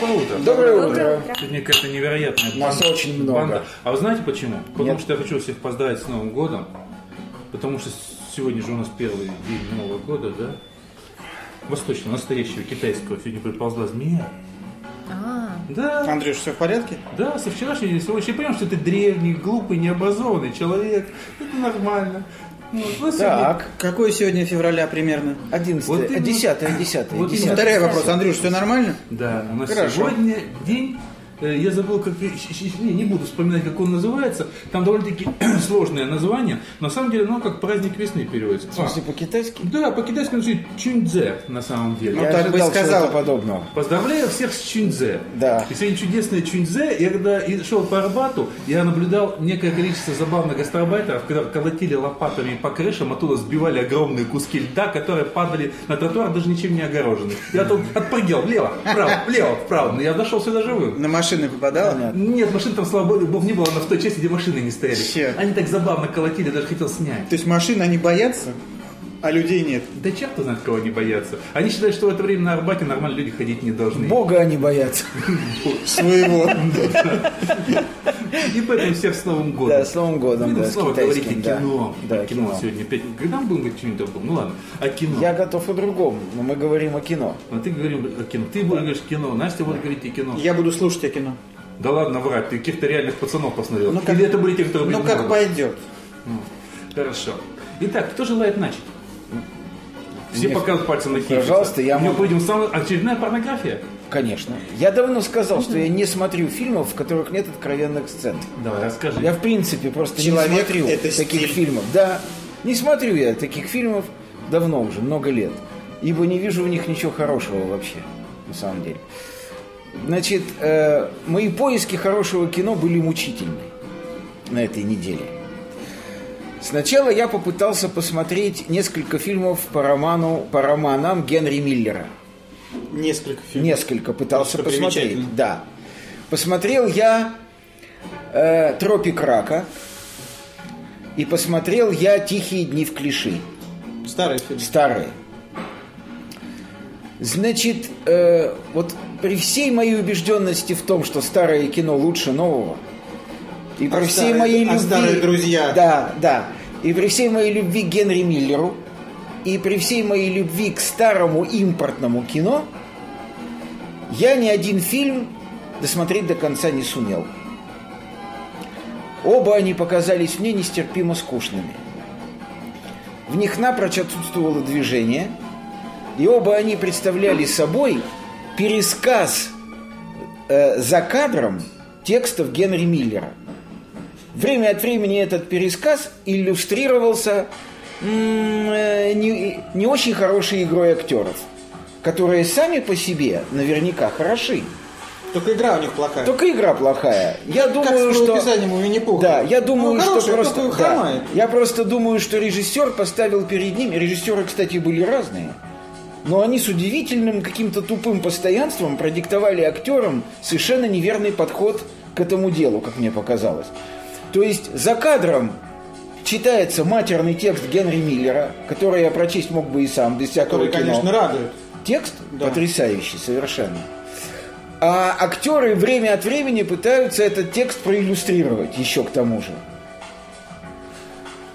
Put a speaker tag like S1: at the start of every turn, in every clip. S1: Доброе утро.
S2: Доброе утро.
S3: Сегодня какая-то невероятная
S1: Нас
S3: банда-
S1: очень много.
S3: банда. А вы знаете почему? Потому
S1: Нет.
S3: что я хочу всех поздравить с Новым годом. Потому что сегодня же у нас первый день Нового года, да? Восточно, настоящего китайского. Сегодня приползла змея.
S1: А.
S3: Да,
S1: Андрюш, все в порядке?
S3: да, со вчерашнего дня сегодня. Я понимаю, что ты древний, глупый, необразованный человек. Это нормально. Ну, вот сегодня-
S1: Так.
S4: А Какое сегодня февраля примерно?
S1: 11,
S3: Вот именно.
S1: 10, 10,
S3: Вот
S4: И
S1: 10.
S3: именно.
S4: Повторяю вопрос, Андрюш, все нормально?
S3: Да, у нас
S1: Хорошо.
S3: сегодня день. э, Я забыл, как и- щ- щ- не, не буду вспоминать, как он называется. Там довольно-таки сложное название. На самом деле, оно как праздник весны переводится. А,
S1: по-китайски?
S3: да, по-китайски он звучит чуньцзе на самом деле.
S4: Ну,
S1: Я
S4: так бы и
S1: ожидал
S4: сказал.
S1: чего-то подобного.
S3: Поздравляю всех с Чуньцзе.
S1: Да.
S3: И сегодня чудесное Чуньцзе. Я когда и шел по Арбату, я наблюдал некое количество забавных гастарбайтеров, когда колотили лопатами по крышам, оттуда сбивали огромные куски льда, которые падали на тротуар, даже ничем не огороженный. Я тут отпрыгивал влево, вправо, влево, вправо. Но я дошел сюда живым.
S4: На машины попадало?
S3: Нет, машин там, слава богу, не было, но в той части, где машины не стояли.
S4: Щет.
S3: Они так забавно колотили, я даже хотел снять.
S4: То есть машины, они боятся, а людей нет.
S3: Да черт знает, кого они боятся. Они считают, что в это время на Арбате нормально люди ходить не должны.
S1: Бога они боятся.
S4: Своего.
S3: И поэтому всех с Новым годом.
S1: Да, с Новым годом,
S3: Будем
S1: да, с
S3: снова говорить о
S1: китайским. да.
S3: кино.
S1: Да,
S3: о кино,
S1: кино.
S3: сегодня. Опять, когда мы будем говорить что-нибудь о Ну ладно, о кино.
S1: Я готов о другом, но мы говорим о кино.
S3: А ты говорим о кино. Ты будешь говорить кино, Настя будет говорить о кино.
S4: Я буду слушать о кино.
S3: Да ладно, врать, ты каких-то реальных пацанов посмотрел.
S4: Ну как-
S3: Или это были те, которые
S4: Ну
S3: были
S4: как
S3: много?
S4: пойдет.
S3: Ну, Хорошо. Итак, кто желает начать? Все
S1: Мне-
S3: показывают пальцем на Хиггинса.
S1: Пожалуйста, я
S3: У него,
S1: могу.
S3: по-видимому, самая очередная порнография.
S1: Конечно. Я давно сказал, что я не смотрю фильмов, в которых нет откровенных сцен.
S3: Давай, расскажи.
S1: Я в принципе просто не
S4: Человек
S1: смотрю
S4: — это
S1: таких
S4: стиль.
S1: фильмов. Да, не смотрю я таких фильмов давно уже, много лет. Ибо не вижу в них ничего хорошего вообще, на самом деле. Значит, э, мои поиски хорошего кино были мучительны на этой неделе. Сначала я попытался посмотреть несколько фильмов по роману, по романам Генри Миллера.
S4: Несколько фильмов.
S1: Несколько пытался
S4: Просто примечательно.
S1: посмотреть. Да. Посмотрел я э, «Тропик рака» и посмотрел я «Тихие дни в клиши».
S4: Старый фильм.
S1: Старые. Значит, э, вот при всей моей убежденности в том, что старое кино лучше нового, и
S4: А
S1: при всей
S4: старые-
S1: моей
S4: а
S1: любви...
S4: старые друзья.
S1: Да, да. И при всей моей любви к Генри Миллеру, и при всей моей любви к старому импортному кино, я ни один фильм досмотреть до конца не сумел. Оба они показались мне нестерпимо скучными. В них напрочь отсутствовало движение, и оба они представляли собой пересказ э, за кадром текстов Генри Миллера. Время от времени этот пересказ иллюстрировался м, э, не, не очень хорошей игрой актеров, которые сами по себе наверняка хороши.
S4: Только игра у них плохая.
S1: Только игра плохая. Я
S4: Как
S1: думаю,
S4: с
S1: что...
S4: правописанием у Винни-Пуха.
S1: Да, я думаю,
S4: Ну,
S1: что
S4: хорошая,
S1: просто...
S4: только
S1: да.
S4: хромает.
S1: я просто думаю, что режиссер поставил перед ним... Режиссеры, кстати, были разные. Но они с удивительным каким-то тупым постоянством продиктовали актерам совершенно неверный подход к этому делу, как мне показалось. То есть за кадром читается матерный текст Генри Миллера, который я прочесть мог бы и сам, без всякого
S4: Который,
S1: кино.
S4: конечно, радует.
S1: Текст
S4: Да.
S1: потрясающий совершенно. А актеры время от времени пытаются этот текст проиллюстрировать еще к тому же.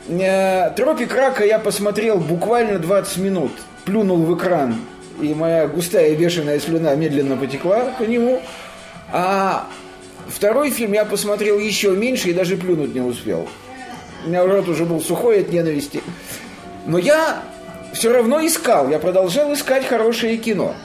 S1: Э, Тропик рака я посмотрел буквально 20 минут, плюнул в экран, и моя густая бешеная слюна медленно потекла по нему. А второй фильм я посмотрел еще меньше и даже плюнуть не успел. У меня рот уже был сухой от ненависти. Но я все равно искал, я продолжал искать хорошее кино.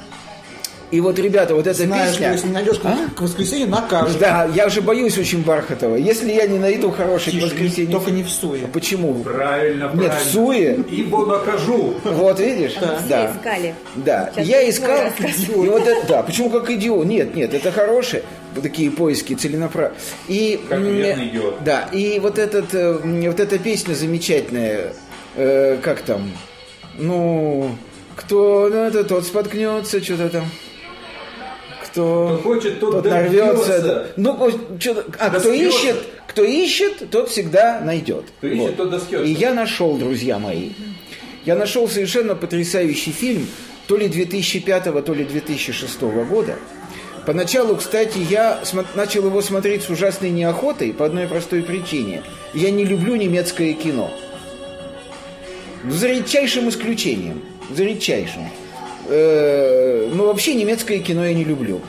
S1: И вот, ребята, вот эта
S4: Знаешь,
S1: песня... А?
S4: если найдешь к- к воскресенью, накажут.
S1: Да, я же боюсь очень Бархатова. Если я не найду хороший
S4: Тише,
S1: к воскресенью-
S4: Только не в суе.
S1: Почему?
S3: Правильно, правильно.
S1: Нет, в Суе.
S3: Ибо накажу.
S1: Вот видишь? Да.
S2: Все искали.
S1: Да,
S2: Сейчас
S1: я
S2: ты
S1: искал.
S2: снова расскажешь.
S1: И вот это, да, почему как идиот? Нет, нет, это хорошие вот такие поиски целенаправленные. И
S3: Как
S1: м,
S3: верный идиот.
S1: Да, и вот этот, э, м, вот эта песня замечательная, э, как там, ну, кто ну, это тот споткнется, что-то там. Кто,
S3: Кто хочет, тот
S1: нарвется.
S3: добьется.
S1: да. Ну, вот чё-то- а кто
S3: Достается.
S1: ищет, кто ищет, тот всегда найдет.
S3: Кто ищет, тот достается.
S1: И я нашел, друзья мои. Я нашел совершенно потрясающий фильм, то ли 2005, то ли 2006 года, Поначалу, кстати, я смо- начал его смотреть с ужасной неохотой по одной простой причине. Я не люблю немецкое кино. Ну, За редчайшим исключением. За редчайшим. Э, Ну, вообще немецкое кино я не люблю.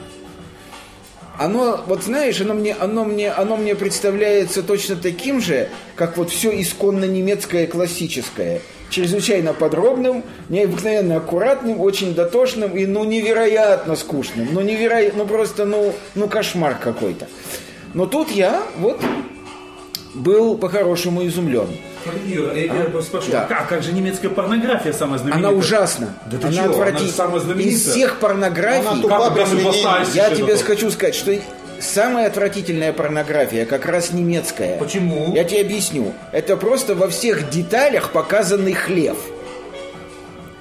S1: Оно, вот знаешь, оно мне, оно, мне, оно мне представляется точно таким же, как вот все исконно немецкое классическое. Чрезвычайно подробным, необыкновенно аккуратным, очень дотошным и, ну, невероятно скучным. Ну, невероятно, ну, просто, ну, ну, кошмар какой-то. Но тут я вот был по-хорошему изумлен.
S3: Юра, я, я спрошу, а
S1: Да.
S3: как, как же немецкая порнография самая знаменитая?
S1: Она ужасна.
S3: Да ты
S1: она
S3: чего? Она
S1: отвратительна.
S3: же самая знаменитая.
S1: Из всех порнографий...
S4: Она
S3: Как
S4: Бабы
S3: у нас у
S4: Ленин.
S3: Басальса
S1: Я
S3: что-то
S1: тебе
S3: такое.
S1: хочу сказать, что самая отвратительная порнография как раз немецкая.
S3: Почему?
S1: Я тебе объясню. Это просто во всех деталях показанный хлев.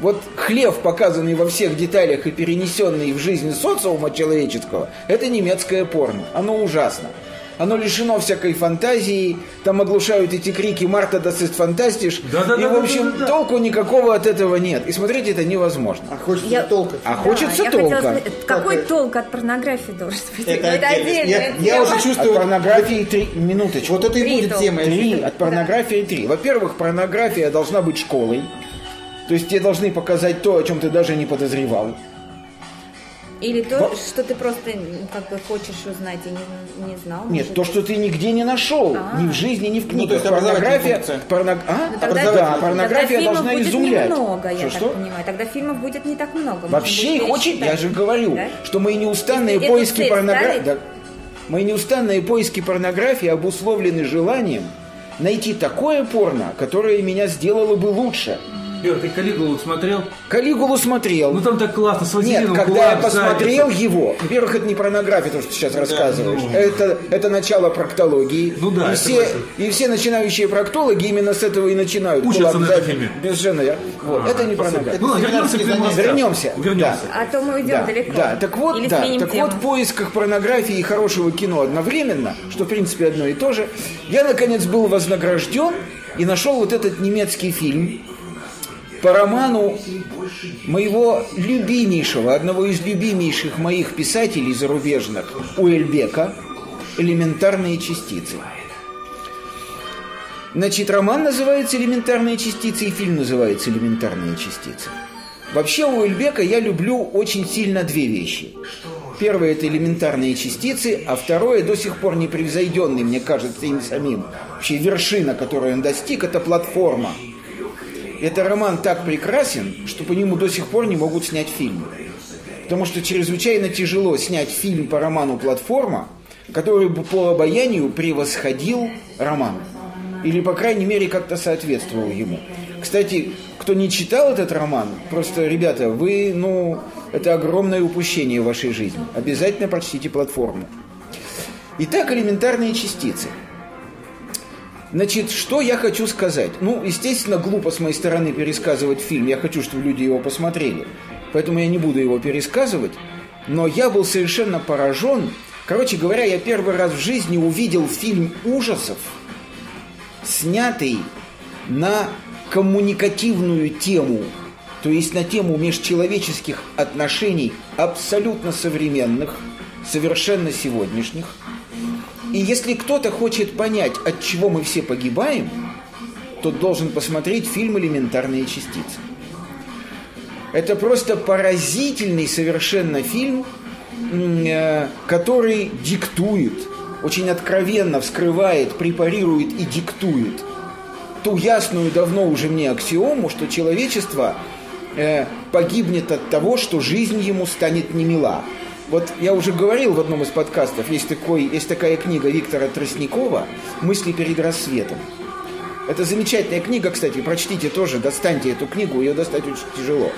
S1: Вот хлев, показанный во всех деталях и перенесенный в жизнь социума человеческого, это немецкое порно. Оно ужасно. Оно лишено всякой фантазии, там оглушают эти крики «Марта, да сыст фантастиш»,
S3: Да-да-да-да-да-да.
S1: и, в общем, толку никакого от этого нет. И смотреть это невозможно.
S4: А хочется
S2: Я-
S4: толкать.
S1: А
S2: Да,
S1: хочется
S2: я
S1: толка.
S2: хотела сказать, Какой
S4: Какой?
S2: толк от порнографии должен быть?
S4: Это
S2: Ну,
S4: отдельно. Я-
S2: отдельная
S4: я
S2: тема.
S4: уже чувствую-
S1: От порнографии три... Минуточку.
S4: Вот это и
S2: Три
S4: будет
S2: толка.
S4: тема.
S1: Три, от порнографии три. Во-первых, порнография должна быть школой. То есть тебе должны показать то, о чем ты даже не подозревал.
S2: Или то,
S1: Во-
S2: что ты просто м, как бы хочешь узнать и не, не знал.
S1: Нет,
S2: может
S1: то,
S2: быть.
S1: что ты нигде не нашел.
S2: А.
S1: Ни в жизни, ни в
S4: Ну, то
S1: книгах.
S4: есть образовательная
S1: порнография.
S4: функция.
S1: порно- а?
S2: Ну,
S1: Да,
S2: тогда, тогда
S1: порнография
S2: фильмов
S1: должна
S2: будет
S1: изумлять.
S2: немного, я
S1: что,
S2: так
S1: что?
S2: понимаю. Тогда фильмов будет не так много. можно
S1: Вообще
S2: будет
S1: их очень. Я
S2: пересчитать.
S1: же говорю,
S2: Да?
S1: что мои неустанные
S2: Если эту
S1: поиски
S2: цель
S1: порнографии.
S2: ставить-
S1: Мои неустанные поиски порнографии обусловлены желанием найти такое порно, которое меня сделало бы лучше.
S3: Юра, ты Калигулу смотрел?
S1: Калигулу смотрел.
S3: Ну там так классно, с
S1: Нет,
S3: вазелином
S1: когда
S3: кулак
S1: я
S3: в задницу.
S1: посмотрел его, во-первых, это не порнография, то, что ты сейчас рассказываешь. Это, это начало проктологии.
S3: Ну да,
S1: и
S3: я
S1: все,
S3: согласен.
S1: и все начинающие проктологи именно с этого и начинают.
S3: Учатся
S1: Кулак
S3: на
S1: в задницу.
S3: этом фильме.
S1: Совершенно верно. Вот,
S3: А,
S1: это не
S3: спасибо.
S1: порнография.
S3: Ну, ладно, вернемся к
S4: Вернемся.
S1: Вернемся.
S3: Вернемся.
S1: Да.
S2: А то мы уйдем
S1: Да,
S2: далеко.
S1: да, так вот,
S2: Или
S1: да,
S2: сменим
S1: так
S2: тему.
S1: вот в поисках порнографии и хорошего кино одновременно, что в принципе одно и то же, я наконец был вознагражден и нашел вот этот немецкий фильм по роману моего любимейшего, одного из любимейших моих писателей зарубежных, Уэльбека, «Элементарные частицы». Значит, роман называется «Элементарные частицы» и фильм называется «Элементарные частицы». Вообще у Эльбека я люблю очень сильно две вещи. Первое – это элементарные частицы, а второе – до сих пор непревзойденный, мне кажется, им самим. Вообще вершина, которую он достиг, это платформа. Это роман так прекрасен, что по нему до сих пор не могут снять фильм. Потому что чрезвычайно тяжело снять фильм по роману «Платформа», который бы по обаянию превосходил роман. Или, по крайней мере, как-то соответствовал ему. Кстати, кто не читал этот роман, просто, ребята, вы, ну, это огромное упущение в вашей жизни. Обязательно прочтите «Платформу». Итак, элементарные частицы. Значит, что я хочу сказать? Ну, естественно, глупо с моей стороны пересказывать фильм. Я хочу, чтобы люди его посмотрели. Поэтому я не буду его пересказывать. Но я был совершенно поражен. Короче говоря, я первый раз в жизни увидел фильм ужасов, снятый на коммуникативную тему, то есть на тему межчеловеческих отношений абсолютно современных, совершенно сегодняшних – и если кто-то хочет понять, от чего мы все погибаем, то должен посмотреть фильм «Элементарные частицы». Это просто поразительный совершенно фильм, м, э, который диктует, очень откровенно вскрывает, препарирует и диктует ту ясную давно уже мне аксиому, что человечество э, погибнет от того, что жизнь ему станет немила. Вот я уже говорил в одном из подкастов, есть, такой, есть такая книга Виктора Тростникова «Мысли перед рассветом». Это замечательная книга, кстати, прочтите тоже, достаньте эту книгу, ее достать очень тяжело.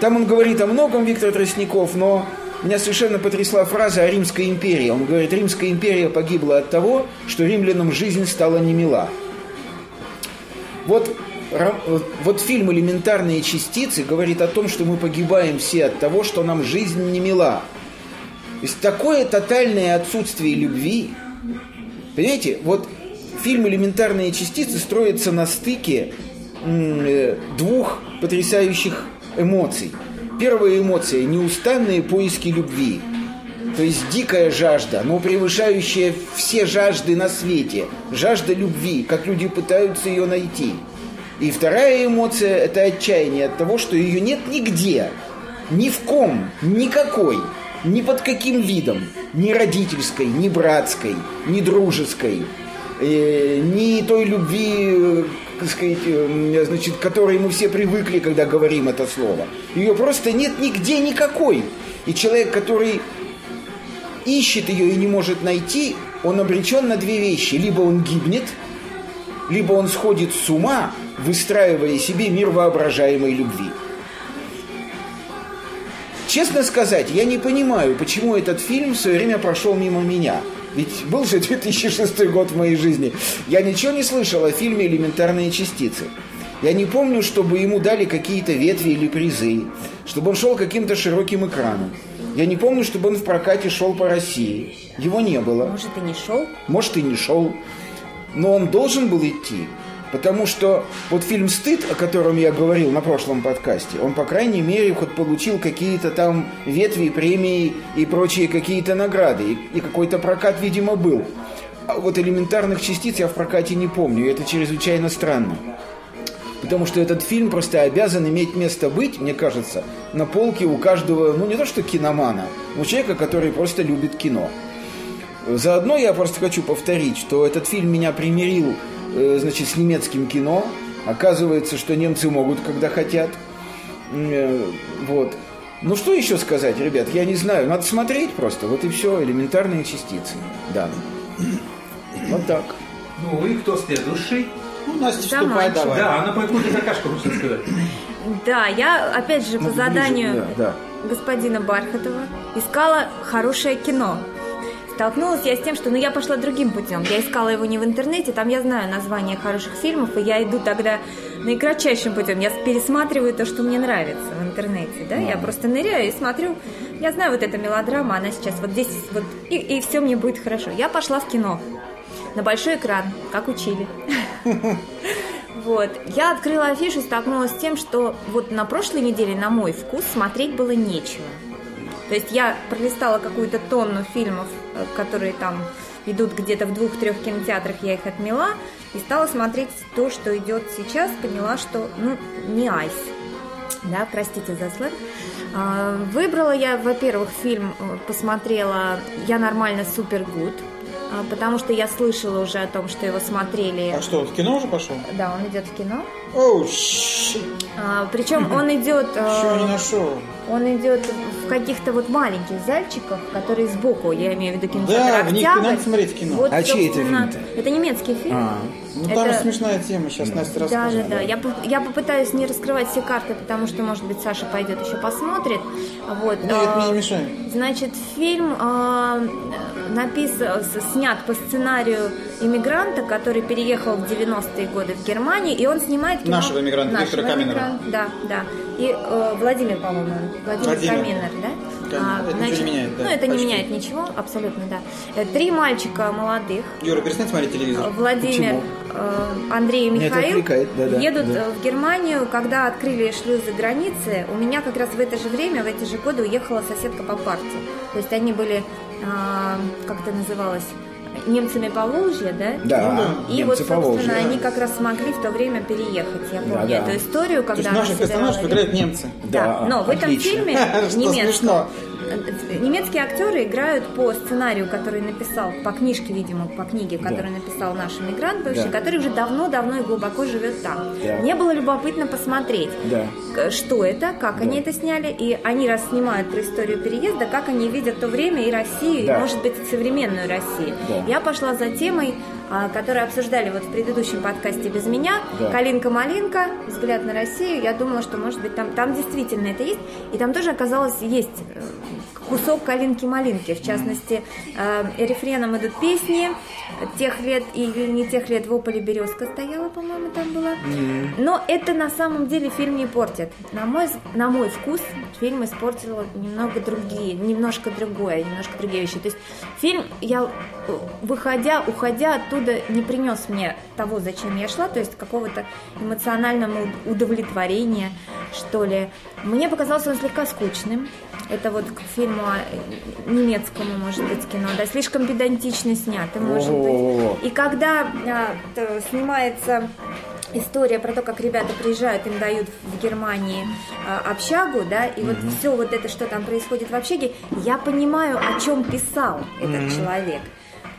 S1: Там он говорит о многом, Виктор Тростников, но меня совершенно потрясла фраза о Римской империи. Он говорит, Римская империя погибла от того, что римлянам жизнь стала немила. Вот, ра- вот- вот фильм «Элементарные частицы» говорит о том, что мы погибаем все от того, что нам жизнь не мила. То есть такое тотальное отсутствие любви. Понимаете, вот фильм «Элементарные частицы» строится на стыке м, э, двух потрясающих эмоций. Первая эмоция – неустанные поиски любви. То есть дикая жажда, но превышающая все жажды на свете. Жажда любви, как люди пытаются ее найти. И вторая эмоция – это отчаяние от того, что ее нет нигде. Ни в ком, никакой, ни под каким видом. Ни родительской, ни братской, ни дружеской. э, ни той любви, э, так сказать, э, значит, к которой мы все привыкли, когда говорим это слово. Ее просто нет нигде никакой. И человек, который ищет ее и не может найти, он обречен на две вещи. Либо он гибнет, либо он сходит с ума, выстраивая себе мир воображаемой любви. Честно сказать, я не понимаю, почему этот фильм в свое время прошел мимо меня. Ведь был же 2006 год в моей жизни. Я ничего не слышал о фильме «Элементарные частицы». Я не помню, чтобы ему дали какие-то ветви или призы, чтобы он шел каким-то широким экраном. Я не помню, чтобы он в прокате шел по России. Его не было
S2: Может, и не шел?
S1: может и не шел, но он должен был идти, потому что вот фильм «Стыд», о котором я говорил на прошлом подкасте, он, по крайней мере, хоть получил какие-то там ветви, премии и прочие какие-то награды, и, и какой-то прокат, видимо, был. А вот элементарных частиц я в прокате не помню, и это чрезвычайно странно. Потому что этот фильм просто обязан иметь место быть, мне кажется, на полке у каждого, ну не то что киномана, но человека, который просто любит кино. Заодно я просто хочу повторить, что этот фильм меня примирил, э, значит, с немецким кино. Оказывается, что немцы могут, когда хотят. М, э, Вот. Ну что еще сказать, ребят, я не знаю. Надо смотреть просто. Вот и все, элементарные частицы. Да. Вот так.
S3: Ну и кто следующий?
S4: Ну, Настя,
S2: Да,
S4: вступай
S2: мальчик.
S4: давай.
S3: Да, она поэтому какашка, можно сказать.
S2: Да, я, опять же, по
S1: Ну, ближе,
S2: заданию
S1: да,
S2: господина Бархатова искала хорошее кино. Столкнулась я с тем, что ну, я пошла другим путем. Я искала его не в интернете, там я знаю название хороших фильмов, и я иду тогда наикратчайшим путем. Я пересматриваю то, что мне нравится в интернете. Да? Я просто ныряю и смотрю. Я знаю, вот эта мелодрама, она сейчас вот здесь, вот, и, и все мне будет хорошо. Я пошла в кино. На большой экран, как учили. Вот. Я открыла афишу и столкнулась с тем, что вот на прошлой неделе, на мой вкус, смотреть было нечего. То есть я пролистала какую-то тонну фильмов, э, которые там идут где-то в двух-трех кинотеатрах, я их отмела, и стала смотреть то, что идет сейчас, поняла, что, ну, не айс. Да, простите за сленг. А, Выбрала я, во-первых, фильм, э, посмотрела «Я нормально супер гуд», а, потому что я слышала уже о том, что его смотрели.
S4: А что, он в кино уже пошел?
S2: Да, он идет в кино.
S4: Оу, щит,
S2: А, причем он идет,
S4: еще не
S2: э,
S4: нашел.
S2: он идет в каких-то вот маленьких зальчиках, которые сбоку, я имею в виду
S4: Да,
S2: кинотеатр
S4: в них и
S2: «Октябрь».
S4: надо смотреть кино.
S1: А чей это
S2: собственно,
S1: фильм-то?
S2: Это немецкий фильм.
S1: А,
S4: Ну, там
S2: это-
S4: же смешная тема, сейчас Настя
S2: Да, да,
S4: расскажет.
S2: да. Я, по- я попытаюсь не раскрывать все карты, потому что, может быть, Саша пойдет еще посмотрит. Вот.
S4: Ну, это
S2: а,
S4: мне не мешает.
S2: Значит, фильм э, написан, с- снят по сценарию иммигранта, который переехал в 90-е годы в Германию, и он снимает кино...
S4: Нашего иммигранта, Виктора Каменера.
S2: иммигранта, Да, да. И э, Владимир, по-моему, Владимир,
S4: Владимир.
S2: Каменер, да? А,
S4: Кам- это ничего не меняет, да,
S2: Ну, это не
S4: почти.
S2: меняет ничего, абсолютно, да. Э, Три мальчика молодых,
S4: Юра, перестань смотреть телевизор.
S2: Владимир,
S1: Почему?
S2: э, Андрей и
S1: Меня это
S2: Михаил
S1: отвлекает, да-да,
S2: едут
S1: да.
S2: э, в Германию, когда открыли шлюзы границы. У меня как раз в это же время, в эти же годы уехала соседка по партии. То есть они были, а, как это называлось, немцами по да?
S4: Ну,
S1: да.
S2: И
S1: немцы
S2: вот, собственно,
S1: Поволжья.
S2: они как раз смогли в то время переехать. Я помню
S1: Да-да.
S2: эту историю,
S4: То есть
S2: когда...
S4: наших
S2: она собирала
S4: персонажей играют немцы.
S2: да,
S1: Да,
S2: но в этом
S1: отлично.
S2: фильме
S4: Что смешно.
S2: немецкие, немецкие актеры играют по сценарию, который написал, по книжке, видимо, по книге, которую написал наш иммигрант бывший,
S1: Да.
S2: который уже давно-давно и глубоко живет там.
S1: Да.
S2: Мне было любопытно посмотреть,
S1: Да.
S2: к- что это, как они это сняли, и они раз снимают про историю переезда, как они видят то время и Россию, и,
S1: Да.
S2: может быть, и современную Россию.
S1: Да.
S2: Я пошла за темой, а, которую обсуждали вот в предыдущем подкасте без меня,
S1: Да.
S2: Калинка-малинка, взгляд на Россию. Я думала, что, может быть, там, там действительно это есть. И там тоже оказалось есть э, кусок калинки-малинки. В частности, э, рефреном идут песни тех лет или не тех лет в Ополе березка стояла, по-моему, там была. Но это на самом деле фильм не портит. На мой, вз- на мой вкус фильм испортил немного другие, немножко другое, немножко другие вещи. То есть фильм я, э, выходя, уходя оттуда, не принес мне того, зачем я шла, то есть какого-то эмоционального уд- удовлетворения, что ли. Мне показался он слегка скучным. Это вот к фильму кино, немецкому, может быть, кино, да, слишком педантично снято, может
S1: Во-во-во-во.
S2: быть. И когда а, т- снимается история про то, как ребята приезжают, им дают в Германии а, общагу, да, и вот все вот это, что там происходит в общаге, я понимаю, о чем писал этот человек.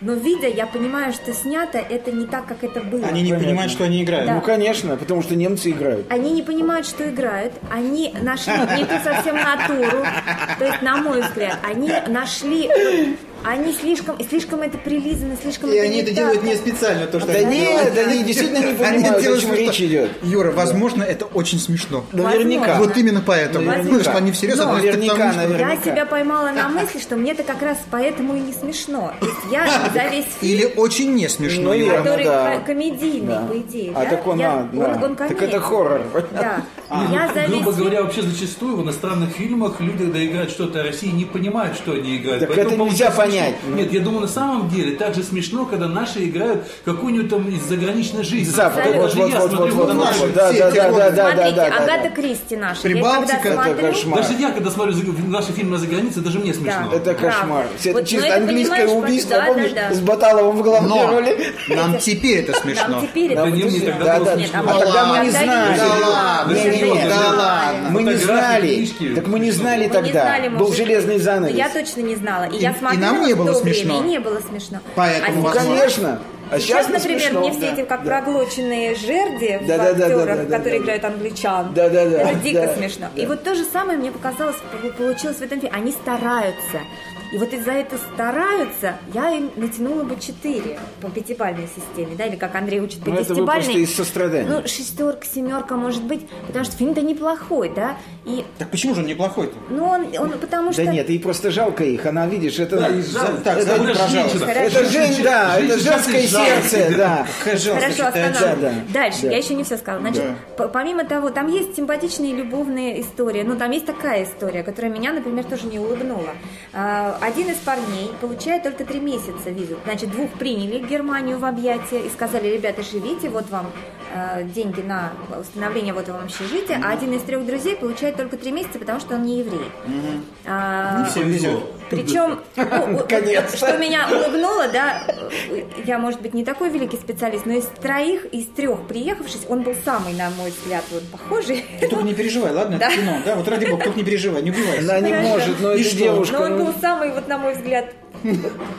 S2: Но видя, я понимаю, что снято это не так, как это было.
S4: Они не понимают, что они играют.
S2: Да.
S1: Ну, конечно, потому что немцы играют.
S2: Они не понимают, что играют, они нашли не ту совсем натуру, то есть, на мой взгляд, они нашли, вот, они слишком, слишком это прилизано, слишком
S4: И они это
S2: так.
S4: делают не специально, то, что
S1: Да
S4: они
S1: нет,
S4: делают.
S1: они действительно не
S4: Они
S1: понимают, о
S4: делают
S1: чем
S4: смешно.
S1: речь идет.
S4: Юра, возможно, это очень смешно.
S1: Наверняка.
S2: Возможно.
S4: Вот именно поэтому.
S1: Наверняка.
S4: Ну, что они всерьез
S1: Но
S4: относятся к
S1: наверняка,
S4: тому, что-
S1: наверняка.
S2: Я себя поймала на мысли, что мне это как раз поэтому и не смешно. То есть я за весь фильм,
S4: Или очень не смешно.
S1: Ну,
S4: Юра.
S1: верно,
S2: который
S1: да.
S2: ко- комедийный,
S1: Да.
S2: по идее,
S1: А
S2: да,
S1: так он,
S2: я-
S1: а, да.
S2: он
S1: Так
S2: комедий.
S1: это хоррор. А,
S2: Да. Я за весь
S3: Грубо
S2: фильм
S3: говоря, вообще зачастую в иностранных фильмах люди, когда играют что-то о России, не понимают, что они играют.
S1: Так это
S3: по-моему,
S1: нельзя
S3: смешно.
S1: понять.
S3: Нет, я думаю, на самом деле так же смешно, когда наши играют какую-нибудь там из заграничной жизни.
S1: Запад.
S3: Даже
S1: Вот, вот,
S3: я
S1: вот, вот,
S3: смотрю
S1: вот,
S3: на
S1: вот,
S3: наши
S1: вот. Да,
S4: все
S1: да,
S4: эти
S1: да,
S4: вот.
S1: да, да, да,
S2: Смотрите,
S1: да, да.
S2: Агата Кристи наша.
S4: Прибалтика
S2: я когда
S4: это
S2: смотрю,
S1: кошмар.
S3: Даже я, когда смотрю за- наши фильмы за границей, даже мне смешно.
S1: Это
S2: Правда.
S1: кошмар. Все это
S2: Вот,
S1: чисто
S2: ну, это,
S1: английское
S2: понимаешь,
S1: убийство,
S2: да, да,
S1: помнишь,
S2: да.
S1: с Баталовым в главной
S4: Но
S1: роли?
S4: нам теперь это
S2: Нам
S4: смешно.
S2: теперь
S3: Да
S2: это
S3: не,
S2: будет
S3: мне
S2: смешно.
S3: тогда было
S2: Нет, а
S3: смешно.
S2: вот
S1: Тогда мы не
S2: тогда
S1: знали.
S2: я-
S4: Да ладно,
S2: Я
S1: не,
S2: тогда
S1: не,
S2: не
S1: да
S2: знала.
S4: ладно.
S1: Мы не
S3: Фотографии,
S1: знали.
S3: книжки.
S1: Так мы не знали
S2: Мы не знали,
S1: тогда.
S2: может
S1: Был
S2: быть.
S1: железный занавес.
S2: Я точно не знала. И, я
S4: и
S2: смотрела
S4: нам не
S2: в
S4: было
S2: то
S4: смешно.
S2: Время, и не было смешно.
S4: Поэтому
S2: а
S1: Ну,
S2: сейчас-
S1: конечно. А сейчас,
S2: сейчас,
S1: не
S2: например,
S1: смешно,
S2: мне все
S1: да.
S2: эти как
S1: Да.
S2: проглоченные жерди в
S1: Да-да-да-да-да-да-да-да.
S2: актерах, которые играют англичан.
S1: Да-да-да.
S2: Это дико
S1: Да.
S2: смешно.
S1: Да.
S2: И вот то же самое мне показалось, пол- получилось в этом фильме. Они стараются. И вот из-за этого стараются, я им натянула бы 4 по пятибалльной системе, да, или как Андрей учит по
S1: Ну, это вы просто
S2: десятибалльной.
S1: из сострадания.
S2: Ну, шестерка, семерка, может быть, потому что фильм-то неплохой, да, и,
S4: Так почему же он неплохой-то?
S2: ну, он, он потому что...
S1: Да нет, и просто жалко их. Она, видишь, это...
S3: Да, и
S1: за-
S3: жалко.
S4: так,
S3: Это
S4: забудь
S3: уже
S4: про жалость.
S3: женщина.
S1: Это жен, да,
S3: Женщина-
S1: это женское
S3: женщина-
S1: сердце, да.
S4: Какая жалость,
S2: Хорошо,
S4: считаю,
S2: останавливаем.
S1: да, да.
S2: Дальше,
S1: Да.
S2: я еще не все сказала. Значит, п- помимо того, там есть симпатичные любовные истории, но там есть такая история, которая меня, например, тоже не улыбнула. А, Один из парней получает только три месяца визу. Значит, двух приняли в Германию в объятия и сказали, ребята, живите, вот вам э, деньги на установление вот вам общежития, а один из трех друзей получает только три месяца, потому что он не еврей. А,
S4: Не всем везет.
S2: причем, ну, вот-
S1: Конечно.
S2: что меня улыбнуло, да, э, я, может быть, не такой великий специалист, но из троих, из трех приехавшись, он был самый, на мой взгляд, вот похожий.
S4: Ты только не переживай, ладно? Это
S2: Да.
S4: кино, да? Вот ради бога, только не переживай, не
S1: Она
S4: убивайся.
S1: не
S2: Хорошо.
S1: может, но
S4: И
S1: эта
S4: что?
S1: девушка...
S2: Но он
S1: ну,
S2: был самый, вот, на мой взгляд,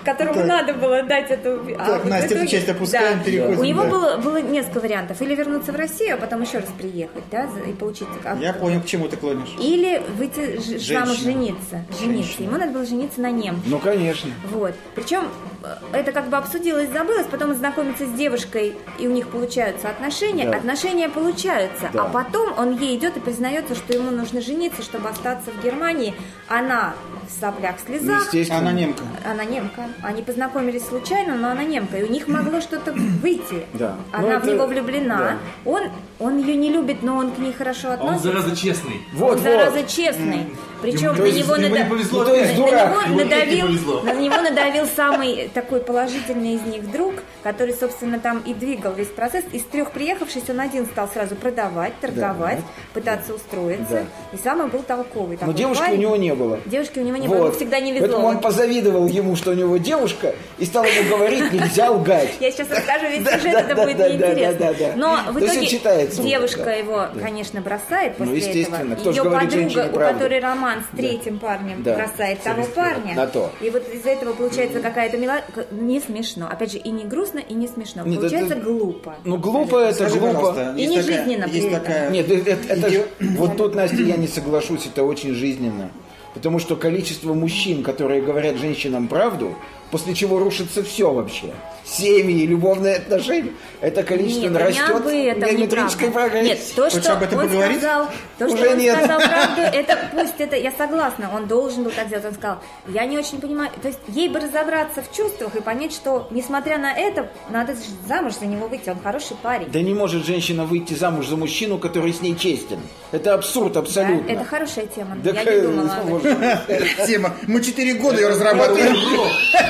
S2: которому
S4: Так.
S2: надо было дать эту... а
S4: Так,
S2: вот в
S4: Настя, эту
S2: итоге-
S4: часть опускаем,
S2: да.
S4: переходим,
S2: У него
S4: да.
S2: было, было несколько вариантов. Или вернуться в Россию, а потом еще раз приехать, да, за- и получить... как-
S4: Я понял, к чему ты клонишь.
S2: Или выйти ж-
S4: Женщина.
S2: замуж, жениться. Жениться. Ему надо было жениться на немке.
S1: Ну, конечно.
S2: Вот. Причем э, это как бы обсудилось, забылось, потом он знакомится с девушкой, и у них получаются отношения.
S1: Да.
S2: Отношения получаются.
S1: Да.
S2: А потом он ей идет и признается, что ему нужно жениться, чтобы остаться в Германии. Она в соплях,
S1: Ну,
S2: слезах.
S1: Естественно.
S4: Она немка.
S2: Она немка. Они познакомились случайно, но она немка. И у них могло что-то выйти.
S1: Да.
S2: Она
S1: Ну,
S2: в
S1: это-
S2: него влюблена. Он, он ее не любит, но он к ней хорошо
S3: А Он,
S2: относится.
S3: зараза, честный.
S1: Вот,
S2: он, зараза,
S1: вот.
S2: честный. Причем
S3: Ему-
S2: на него
S3: ему не
S2: нада-
S3: повезло.
S1: Ну, то есть
S2: на
S1: дурак.
S2: него
S3: Ему опять не
S2: надавил,
S3: повезло.
S2: на него надавил самый такой положительный из них друг, который, собственно, там и двигал весь процесс. Из трех приехавшись, он один стал сразу продавать, торговать, пытаться устроиться. И самый был толковый.
S1: Но
S2: такой
S1: девушки у
S2: парень.
S1: него не было.
S2: Девушки у него не
S1: Вот.
S2: было, ему всегда не везло.
S1: Поэтому он позавидовал ему, что у него девушка, и стал ему говорить, нельзя лгать.
S2: Я сейчас расскажу весь
S1: Да,
S2: сюжет,
S1: да,
S2: это
S1: да,
S2: будет
S1: да, да,
S2: неинтересно.
S1: да, да.
S2: Но
S1: То есть
S2: в
S1: он
S2: итоге
S1: читается, да. Ну,
S2: девушка его, конечно, бросает после
S1: естественно,
S2: этого.
S1: кто же
S2: Ее
S1: говорит женщине
S2: подруга, у
S1: правду?
S2: которой роман с третьим парнем,
S1: Да.
S2: бросает того парня.
S1: на то.
S2: И вот из-за этого получается какая-то мила... к- Не смешно. Опять же, и не грустно, и не смешно.
S1: Нет,
S2: Получается
S1: это-
S2: глупо.
S1: Ну, глупо это,
S4: Скажи,
S1: глупо.
S4: пожалуйста,
S2: И
S4: есть
S2: не
S4: такая-
S2: жизненно при
S4: Есть
S2: этом.
S4: такая...
S1: Нет, э- э- это же-
S4: идея-
S1: вот тут, Настя, я не соглашусь, это очень жизненно. Потому что количество мужчин, которые говорят женщинам правду, после чего рушится все вообще. Семьи, любовные отношения. Это количество
S2: Нет,
S1: растет
S2: бы это
S1: геометрической
S2: неправда. Нет,
S1: прогрессии.
S2: то,
S4: Хочешь
S2: что
S4: об этом
S2: он
S4: поговорить?
S2: сказал, то, что
S1: Уже
S2: он
S1: нет.
S2: сказал правду, это пусть это, я согласна, он должен был так сделать, он сказал, я не очень понимаю, то есть ей бы разобраться в чувствах и понять, что, несмотря на это, надо ж- замуж за него выйти, он хороший парень.
S1: Да не может женщина выйти замуж за мужчину, который с ней честен. Это абсурд
S2: Да,
S1: абсолютно.
S2: Это хорошая тема,
S1: Да
S2: я
S1: ка-
S2: не думала об этом.
S1: Боже.
S4: Тема. Мы 4 года ее разрабатываем.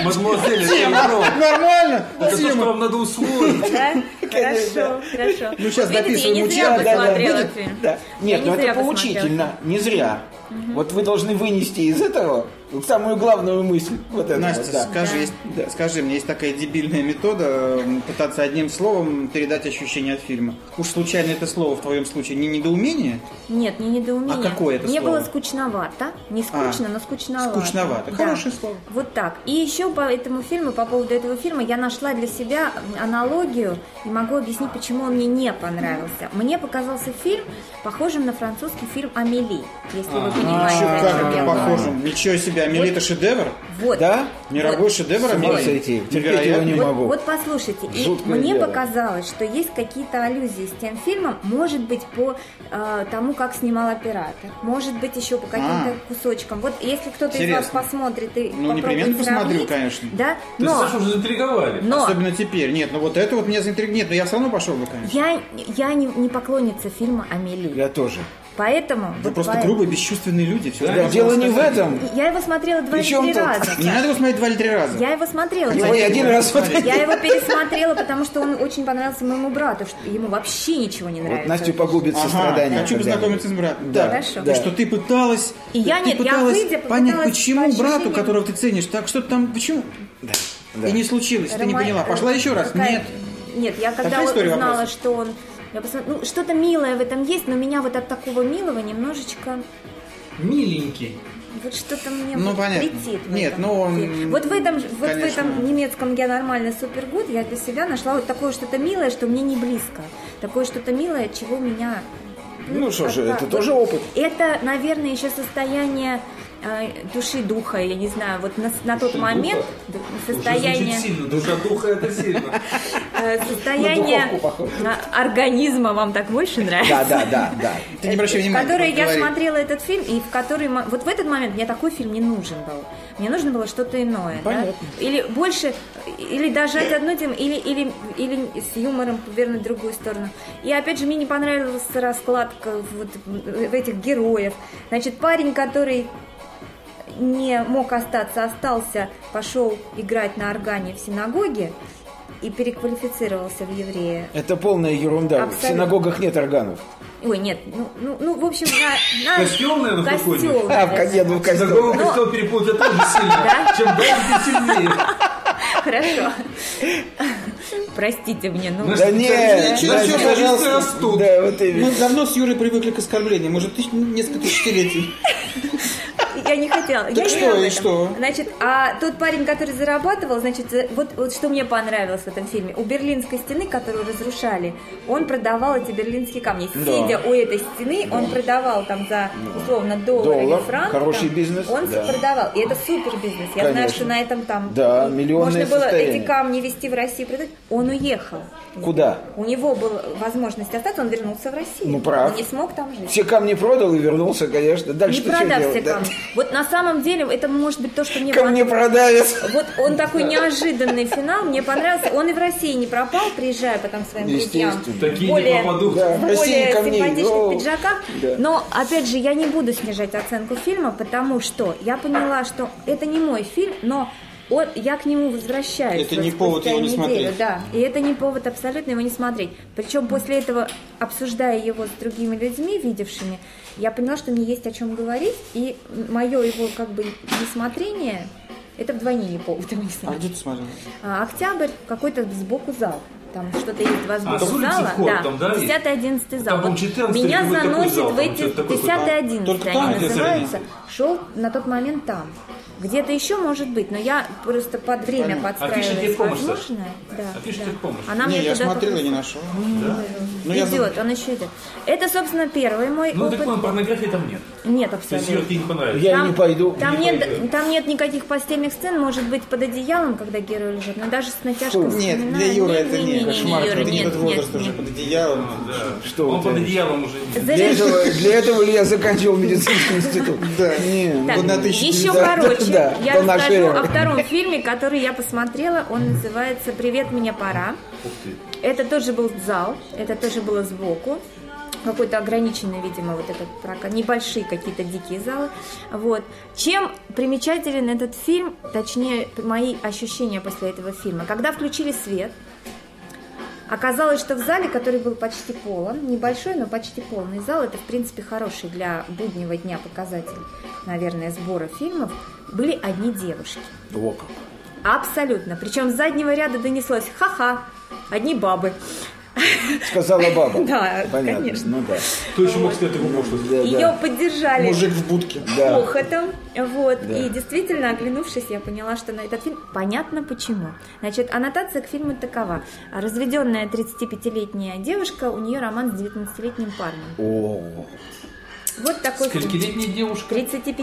S3: Мадемуазель, это Лавров.
S4: Ну, Нормально.
S3: Это то, что
S4: Тема.
S3: вам надо усвоить.
S2: Да? Хорошо, хорошо.
S4: Ну, сейчас
S2: Вот видите, я
S4: дописываем
S2: не зря
S4: учебник, да,
S2: посмотрела
S1: будет?
S2: фильм.
S1: Да.
S2: Я
S1: Нет,
S2: не
S1: ну
S2: зря
S1: это
S2: посмотрела.
S1: поучительно, не зря. Вот вы должны вынести из этого самую главную мысль. Вот это
S4: Настя,
S1: вот, да.
S4: скажи, есть- да, скажи мне, есть такая дебильная метода э, пытаться одним словом передать ощущение от фильма. Уж случайно это слово в твоем случае не недоумение?
S2: Нет, не недоумение.
S4: А какое это
S2: Мне
S4: слово?
S2: было скучновато. Не скучно,
S4: А,
S2: но скучновато.
S4: скучновато.
S2: Да.
S4: Хорошее слово.
S2: Вот так. И еще по этому фильму, по поводу этого фильма, я нашла для себя аналогию и могу объяснить, почему он мне не понравился. Мне показался фильм похожим на французский фильм «Амели», если вы понимаете,
S4: Чё,
S2: о
S4: как
S2: чем я
S4: это
S2: говорю.
S4: похоже? Ничего себе, Амелита шедевр?
S2: Вот.
S1: Да?
S4: Мировой
S1: С
S4: шедевр
S1: ума
S4: Амелита?
S1: сойти. Терпеть его не
S4: Невероятно.
S2: Вот,
S1: могу.
S2: вот послушайте, и
S1: Жуткое
S2: мне
S1: дело.
S2: показалось, что есть какие-то аллюзии с тем фильмом, может быть, по э, тому, как снимал оператор, может быть, еще по
S4: А.
S2: каким-то кусочкам. Вот если кто-то из вас
S4: Интересно.
S2: посмотрит и
S4: Ну,
S2: попробует
S4: непременно посмотрю,
S2: сравнить,
S4: конечно.
S2: Да,
S3: То есть
S2: но,
S3: Сашу уже заинтриговали.
S2: но
S4: Особенно теперь. Нет, ну вот это вот меня заинтригует. Нет, но я все равно пошел бы, конечно.
S2: я, я не, не поклонница фильма «Амели»,
S1: Я тоже.
S2: поэтому...
S4: Вы
S2: вот
S4: просто
S2: поэтому-
S4: грубые, бесчувственные люди. Всё
S3: Да,
S4: время
S1: Дело
S4: вам
S1: не в
S4: сказали.
S1: этом.
S2: Я его смотрела два или
S1: Причем
S2: три
S1: тут-
S2: раза.
S4: Не надо его смотреть два или три раза. ну,
S2: Я его смотрела.
S1: Его
S2: кстати.
S1: я один раз смотрел.
S2: Я его пересмотрела, потому что он очень понравился моему брату. что Ему вообще ничего не
S1: Вот
S2: нравится.
S1: Настю погубит
S4: Ага,
S1: сострадание.
S4: Хочу
S1: когда-нибудь.
S4: познакомиться с братом.
S1: Да,
S2: Хорошо.
S1: да.
S4: И что ты пыталась,
S2: И я
S4: ты
S2: нет, я
S4: пыталась
S2: выйдя
S4: понять,
S2: попыталась
S4: почему
S2: по
S4: брату,
S2: ощущениям.
S4: которого ты ценишь, так что там, почему?
S1: да.
S4: И не случилось, ты не
S2: Роман- э,
S4: поняла. Пошла еще раз.
S2: Какая-
S4: Нет.
S2: Нет, я когда
S4: Такая история
S2: узнала,
S4: вопроса.
S2: что он... Я посмотрела, ну, что-то милое в этом есть, но меня вот от такого милого немножечко...
S3: Миленький.
S2: Вот что-то мне
S4: Ну,
S2: вот
S4: понятно.
S2: летит. в
S4: Нет,
S2: этом
S4: ну, он,
S2: фильме. Вот в этом, же- вот в
S4: конечно.
S2: этом немецком «Я нормальный супергуд» я для себя нашла вот такое что-то милое, что мне не близко. Такое что-то милое, чего меня...
S1: Ну что же,
S2: как-то-
S1: это тоже опыт.
S2: Это, наверное, еще состояние э, души духа, я не знаю, вот на, на тот
S3: Души
S2: момент
S3: духа?
S2: д- состояние...
S3: Уже звучит сильно. Душа духа это сильно.
S2: Э, состояние
S1: На духовку похоже.
S2: э, организма вам так больше нравится?
S1: Да, да, да, да.
S4: Ты не обращай
S2: В
S4: внимания.
S2: которой
S4: как
S2: э, я
S4: говорит.
S2: смотрела этот фильм, и в который... мо- Вот в этот момент мне такой фильм не нужен был. Мне нужно было что-то иное. да?
S1: Понятно.
S2: Или больше, или дожать одну тему, или, или, или с юмором повернуть в другую сторону. И опять же, мне не понравилась раскладка вот в этих героев. Значит, парень, который не мог остаться, остался, пошел играть на органе в синагоге и переквалифицировался в еврея.
S1: Это полная ерунда.
S2: Абсолютно.
S1: В синагогах нет органов.
S2: Ой, нет, ну, ну, ну, в общем, на, на...
S3: Костюм, наверное,
S2: Костюм,
S3: какой-нибудь.
S1: А, в козе, ну, в козе.
S3: Синагогу костел переплыл, я тоже сильно.
S2: Да?
S3: Чем дальше, тем сильнее.
S2: Хорошо. Простите мне, ну...
S3: Мы
S1: Да
S3: же
S1: нет,
S3: специалисты,
S1: да,
S3: чего
S1: пожалуйста.
S3: журналисты растут.
S1: Да, вот именно.
S4: Мы давно с Юрой привыкли к оскорблениям, уже тысяч- несколько тысячелетий.
S2: Я не хотела. я не
S4: что,
S2: об
S4: и
S2: этом.
S4: что?
S2: Значит, а тот парень, который зарабатывал, значит, за- вот, вот что мне понравилось в этом фильме. У Берлинской стены, которую разрушали, он продавал эти берлинские камни. Сидя у этой стены, он продавал там за, условно, доллар,
S1: Доллар,
S2: или франк.
S1: хороший
S2: там.
S1: бизнес,
S2: Он
S1: да.
S2: продавал. И это супер бизнес. Я знаю,
S1: Конечно.
S2: что на этом там...
S1: Да,
S2: и
S1: миллионное
S2: Можно было
S1: состояние.
S2: эти камни вести в Россию, продать. Он уехал.
S1: Куда?
S2: У него была возможность остаться, он вернулся в Россию.
S1: Ну, прав.
S2: Он не смог там жить.
S1: Все камни продал и вернулся, конечно. Дальше
S2: Не продав все
S1: Да.
S2: камни. Вот на самом деле это может быть то, что мне
S1: Камни
S2: понравилось.
S1: продавец.
S2: Вот он такой неожиданный финал, мне понравился. Он и в России не пропал, приезжая по там своим друзьям.
S1: Естественно.
S3: Такие
S2: Более-
S3: не попадут.
S1: Да.
S2: В
S1: в России
S2: более
S1: камней,
S2: симпатичных
S1: но-
S2: пиджаках.
S1: Да.
S2: Но, опять же, я не буду снижать оценку фильма, потому что я поняла, что это не мой фильм, но он- я к нему возвращаюсь.
S4: Это
S2: вот
S4: не повод
S2: спустя
S4: его не
S2: неделю,
S4: смотреть.
S2: Да, и это не повод абсолютно его не смотреть. Причем после этого, обсуждая его с другими людьми, видевшими, я поняла, что мне есть о чем говорить, и мое его как бы несмотрение, это вдвойне не повод его не
S4: А
S2: смотреть.
S4: где ты смотрел?
S2: А, Октябрь какой-то сбоку зал. Там что-то есть два сбоку
S3: А, с улицы
S2: зала.
S3: вход там, да, есть?
S2: 10-11 зал.
S3: Там, по-моему,
S2: Вот
S3: 14
S2: меня
S3: или какой такой
S2: заносит
S3: зал,
S2: в
S3: там
S2: эти
S3: что-то такое
S2: 10 11
S4: Только
S2: они
S4: там,
S3: где-то
S2: называются. Шел на тот момент там. Где-то еще может быть, но я просто под время
S4: Понятно.
S3: Афиша
S2: подстраиваюсь
S3: техпомощь, Саш?
S2: возможное. Да,
S3: Афиша
S2: да.
S3: техпомощь.
S2: Она
S4: не,
S2: мне
S4: я
S2: А туда
S4: смотрел и
S2: как-
S4: не нашел.
S3: Да.
S4: Ну, я
S2: идет, он еще идет. Это, собственно, первый мой
S3: Ну,
S2: опыт.
S3: так вам порнографии там нет.
S2: Нет,
S3: То есть
S2: абсолютно.
S3: Юр, тебе не понравится.
S1: Я не пойду.
S2: Там
S3: Не
S2: нет,
S3: пойду.
S2: там нет никаких постельных сцен, может быть, под одеялом, когда герой лежит, но даже с натяжкой
S1: Фу.
S4: Нет,
S2: вспоминаю.
S4: для Юры это
S2: Не-не-не-не,
S4: не кошмар.
S2: Юра,
S4: Ты
S2: нет,
S4: не тот
S2: нет,
S4: возраст
S2: нет.
S4: уже под одеялом.
S3: Да.
S1: Что
S3: Он
S1: вы,
S3: под
S1: Таня?
S3: одеялом уже не.
S1: Для
S2: Заряжен-
S1: этого, для этого ли я заканчивал медицинский институт?
S4: Да.
S1: Не,
S2: Так,
S1: ну,
S4: Вот на 1900.
S2: еще
S1: Да,
S2: короче,
S1: да, да,
S2: я
S1: до нашей
S2: расскажу
S1: эры.
S2: о втором фильме, который я посмотрела. Он называется «Привет, меня пора».
S3: Ух ты.
S2: Это тоже был зал, это тоже было сбоку. Какой-то ограниченный, видимо, вот этот прокат. Небольшие какие-то дикие залы. Вот. Чем примечателен этот фильм, точнее, мои ощущения после этого фильма. Когда включили свет, Оказалось, что в зале, который был почти полон, небольшой, но почти полный зал, это, в принципе, хороший для буднего дня показатель, наверное, сбора фильмов, были одни девушки.
S1: О, как.
S2: Абсолютно. Причем с заднего ряда донеслось «Ха-ха!» Одни бабы.
S1: Сказала баба.
S2: Да,
S1: Понятно.
S2: конечно.
S1: Ну да.
S3: Кто еще мог сказать такую пошлость?
S1: Да,
S2: Ее
S1: да.
S2: поддержали.
S4: Мужик в будке.
S1: Да.
S2: хохотом. Вот.
S1: Да.
S2: И действительно, оглянувшись, я поняла, что на этот фильм понятно почему. Значит, аннотация к фильму такова. Разведенная 35-летняя девушка, у нее роман с 19-летним парнем.
S1: О,
S2: Вот такой фильм.
S3: Сколькилетняя девушка?
S2: 35.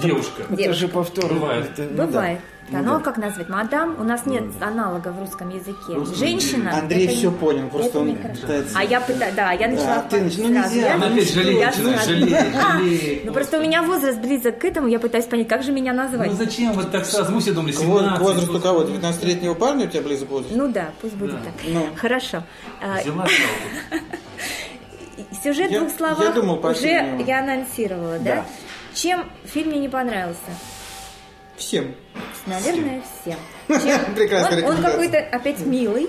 S3: Девушка.
S1: это же повтор.
S3: Бывает.
S1: Это, ну да.
S2: Бывает.
S1: Ну
S2: Оно
S1: да.
S2: как назвать? Мадам. У нас нет аналога в русском языке.
S3: Русском
S2: Женщина.
S4: Андрей
S2: А, это
S4: все
S2: не-
S4: понял, просто
S2: это
S4: он
S2: нехорошо.
S4: пытается-
S2: А я пытаюсь, да, я начала...
S4: Да, ты нач- ну,
S2: сразу.
S4: нельзя,
S2: Я-
S4: ну,
S3: Она опять жалеет,
S2: я
S3: начинает
S2: сразу-
S3: жалеть,
S2: А,
S3: жалеет.
S2: Ну просто у меня возраст близок к этому, я пытаюсь понять, как же меня назвать.
S3: Ну зачем вы так сразу? Мы все думали,
S4: К воз-
S3: 17.
S4: к возрасту кого? 19-летнего парня у тебя близок возраст?
S2: А Ну да, пусть будет
S3: Да.
S2: так.
S4: Ну.
S2: Хорошо. А,
S3: Взяла жалко.
S2: и- Сюжет в
S4: Я-
S2: двух
S4: я
S2: словах
S4: думал, по
S2: уже
S4: фильму.
S2: я анонсировала, да?
S1: Да.
S2: Чем фильм мне не понравился?
S4: Всем.
S2: Наверное, всем. Чем-
S4: Прекрасная
S2: он- он
S4: рекомендация.
S2: какой-то опять милый.